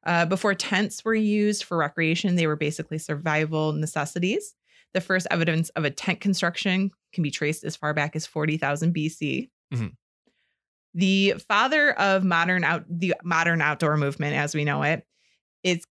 Speaker 3: Uh, before tents were used for recreation, they were basically survival necessities. The first evidence of a tent construction can be traced as far back as 40,000 BC.
Speaker 2: Mhm.
Speaker 3: The father of modern out the modern outdoor movement, as we know it, is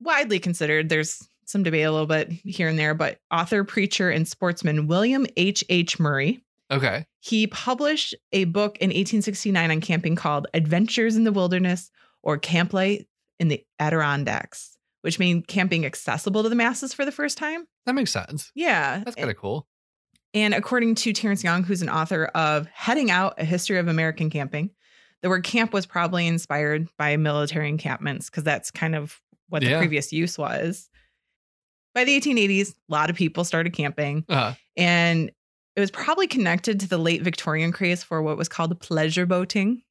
Speaker 3: widely considered. There's some debate a little bit here and there, but author, preacher, and sportsman William H. H. Murray
Speaker 2: Okay.
Speaker 3: He published a book in 1869 on camping called Adventures in the Wilderness or Camp Life in the Adirondacks, which made camping accessible to the masses for the first time.
Speaker 2: That makes sense.
Speaker 3: Yeah.
Speaker 2: That's kind of cool.
Speaker 3: And according to Terrence Young, who's an author of Heading Out A History of American Camping, the word camp was probably inspired by military encampments because that's kind of what the
Speaker 2: Yeah.
Speaker 3: previous use was. By the 1880s, a lot of people started camping,
Speaker 2: Uh,
Speaker 3: and it was probably connected to the late Victorian craze for what was called pleasure boating,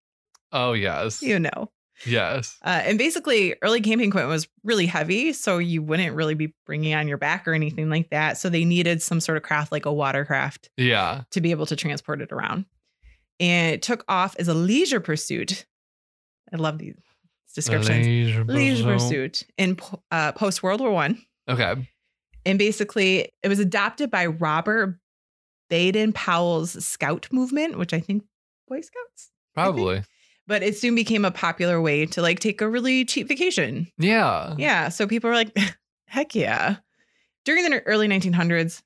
Speaker 2: oh, yes.
Speaker 3: you know.
Speaker 2: Yes.
Speaker 3: Uh, and basically, early camping equipment was really heavy, so you wouldn't really be bringing it on your back or anything like that. So they needed some sort of craft, like a watercraft,
Speaker 2: Yeah.
Speaker 3: to be able to transport it around. And it took off as a leisure pursuit. I love these descriptions.
Speaker 2: Leisure
Speaker 3: Leisure
Speaker 2: pursuit.
Speaker 3: pursuit Mm-hmm. in po- uh, post World War One,
Speaker 2: Okay.
Speaker 3: and basically it was adopted by Robert Baden Powell's Scout movement, which I think Boy Scouts.
Speaker 2: Probably.
Speaker 3: But it soon became a popular way to like take a really cheap vacation.
Speaker 2: Yeah.
Speaker 3: Yeah. So people were like, heck yeah. During the early 1900s,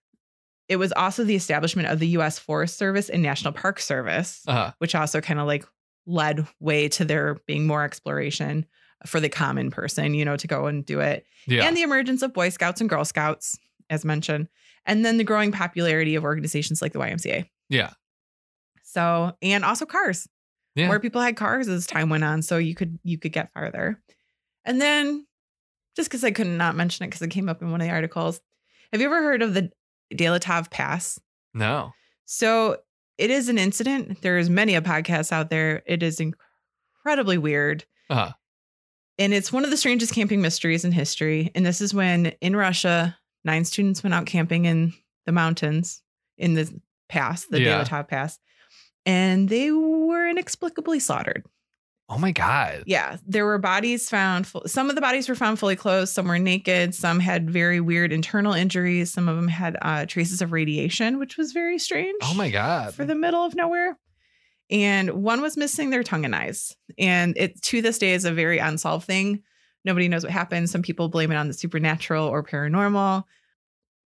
Speaker 3: it was also the establishment of the U.S. Forest Service and National Park Service,
Speaker 2: Uh,
Speaker 3: which also kind of like led way to there being more exploration for the common person, you know, to go and do it.
Speaker 2: yeah.
Speaker 3: And the emergence of Boy Scouts and Girl Scouts, as mentioned, and then the growing popularity of organizations like the YMCA.
Speaker 2: yeah.
Speaker 3: So, and also cars.
Speaker 2: Yeah.
Speaker 3: More people had cars as time went on, so you could you could get farther. And then, just because I could not mention it because it came up in one of the articles, have you ever heard of the Delatov Pass?
Speaker 2: No.
Speaker 3: So it is an incident. There's many a podcast out there. It is incredibly weird.
Speaker 2: Uh,
Speaker 3: And it's one of the strangest camping mysteries in history. And this is when in Russia, nine students went out camping in the mountains in the pass, the
Speaker 2: Yeah.
Speaker 3: Delatov Pass, and they were inexplicably slaughtered.
Speaker 2: oh, my God.
Speaker 3: Yeah, there were bodies found. fu- Some of the bodies were found fully clothed, some were naked, some had very weird internal injuries, some of them had uh, traces of radiation, which was very strange
Speaker 2: Oh, my God.
Speaker 3: for the middle of nowhere. And one was missing their tongue and eyes. And it to this day is a very unsolved thing. Nobody knows what happened. Some people blame it on the supernatural or paranormal.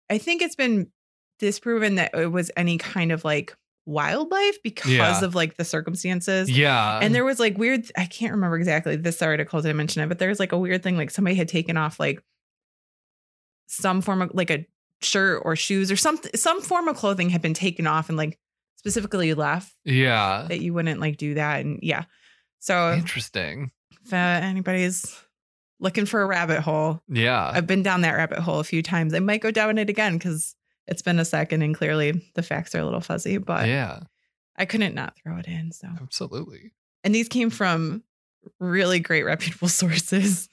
Speaker 3: I think it's been disproven that it was any kind of like wildlife because
Speaker 2: Yeah.
Speaker 3: of like the circumstances.
Speaker 2: yeah.
Speaker 3: And there was like weird, I can't remember exactly this article didn't mention it, but there was like a weird thing like somebody had taken off like some form of like a shirt or shoes or something, some form of clothing had been taken off and like specifically left
Speaker 2: yeah.
Speaker 3: that you wouldn't like do that. And yeah. So
Speaker 2: Interesting.
Speaker 3: if uh, anybody's looking for a rabbit hole,
Speaker 2: Yeah.
Speaker 3: I've been down that rabbit hole a few times. I might go down it again because it's been a second and clearly the facts are a little fuzzy, but
Speaker 2: yeah.
Speaker 3: I couldn't not throw it in. So.
Speaker 2: Absolutely.
Speaker 3: and these came from really great reputable sources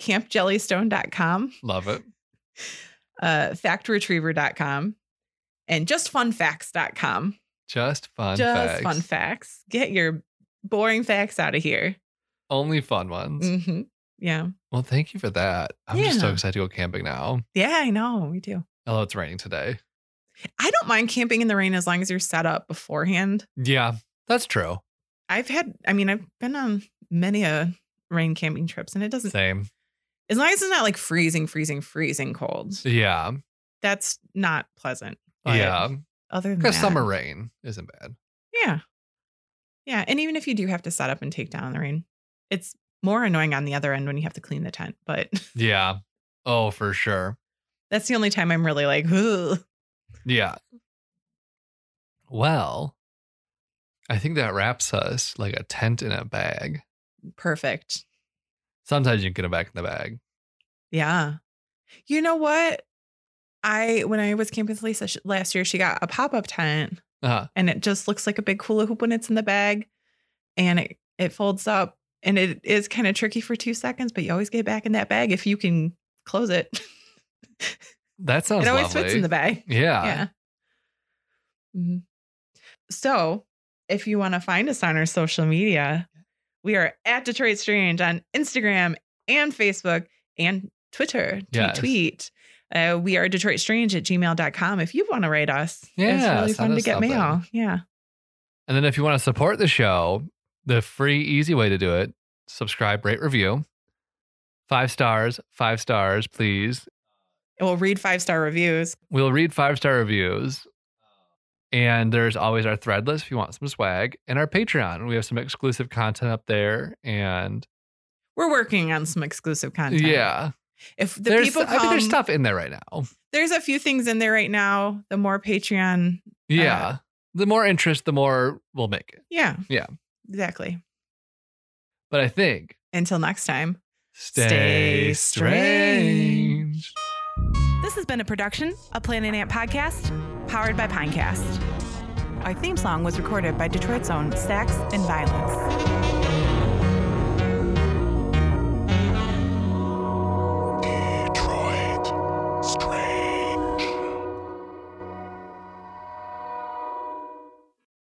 Speaker 3: campjellystone.com
Speaker 2: Love it.
Speaker 3: uh, factretriever.com and justfunfacts.com
Speaker 2: Just fun
Speaker 3: just
Speaker 2: facts.
Speaker 3: fun facts get your boring facts out of here
Speaker 2: Only fun ones.
Speaker 3: hmm yeah
Speaker 2: Well, thank you for that. I'm just so
Speaker 3: Yeah.
Speaker 2: excited to go camping now.
Speaker 3: yeah i know we do
Speaker 2: Although it's raining today.
Speaker 3: i don't mind camping in the rain as long as you're set up beforehand
Speaker 2: Yeah, that's true.
Speaker 3: i've had i mean i've been on many a rain camping trips and it doesn't
Speaker 2: Same.
Speaker 3: as long as it's not like freezing freezing freezing cold
Speaker 2: Yeah.
Speaker 3: that's not pleasant But
Speaker 2: Yeah.
Speaker 3: other than
Speaker 2: Because
Speaker 3: that-
Speaker 2: summer rain isn't bad.
Speaker 3: Yeah. Yeah. And even if you do have to set up and take down the rain, it's more annoying on the other end when you have to clean the tent. But
Speaker 2: Yeah. Oh, for sure.
Speaker 3: that's the only time I'm really like, Ugh.
Speaker 2: Yeah. Well, I think that wraps us like a tent in a bag.
Speaker 3: perfect.
Speaker 2: Sometimes you can get a back in the bag.
Speaker 3: Yeah. You know what? I, when I was camping with Lisa sh- last year, she got a pop up tent
Speaker 2: Uh,
Speaker 3: and it just looks like a big hula hoop when it's in the bag and it, it folds up and it is kind of tricky for two seconds, but you always get back in that bag if you can close it.
Speaker 2: that sounds
Speaker 3: it always
Speaker 2: lovely.
Speaker 3: fits in the bag.
Speaker 2: Yeah.
Speaker 3: yeah. Mhm. So, if you want to find us on our social media, we are at Detroit Strange on Instagram and Facebook and Twitter. Tweet,
Speaker 2: Yes.
Speaker 3: tweet. Uh, we are Detroit Strange at gmail.com. If you want to write us,
Speaker 2: Yeah,
Speaker 3: it's really
Speaker 2: send
Speaker 3: fun to
Speaker 2: us
Speaker 3: get
Speaker 2: something.
Speaker 3: mail. Yeah.
Speaker 2: And then if you want to support the show, the free, easy way to do it, subscribe, rate, review. Five stars, five stars, please.
Speaker 3: We'll read five star reviews.
Speaker 2: We'll read five star reviews And there's always our thread list if you want some swag and our Patreon. We have some exclusive content up there. And
Speaker 3: We're working on some exclusive content.
Speaker 2: yeah,
Speaker 3: If the
Speaker 2: there's,
Speaker 3: people come,
Speaker 2: I mean, there's
Speaker 3: there's,
Speaker 2: stuff in there right now.
Speaker 3: a few things in there right now. The more Patreon,
Speaker 2: Yeah. the more interest, the more we'll make it.
Speaker 3: yeah,
Speaker 2: Yeah.
Speaker 3: exactly.
Speaker 2: But I think
Speaker 3: Until next time.
Speaker 2: stay,
Speaker 3: Stay
Speaker 2: strange.
Speaker 4: This has been a production, a Planet Ant podcast, powered by Pinecast. Our theme song was recorded by Detroit's own Stacks and Violence.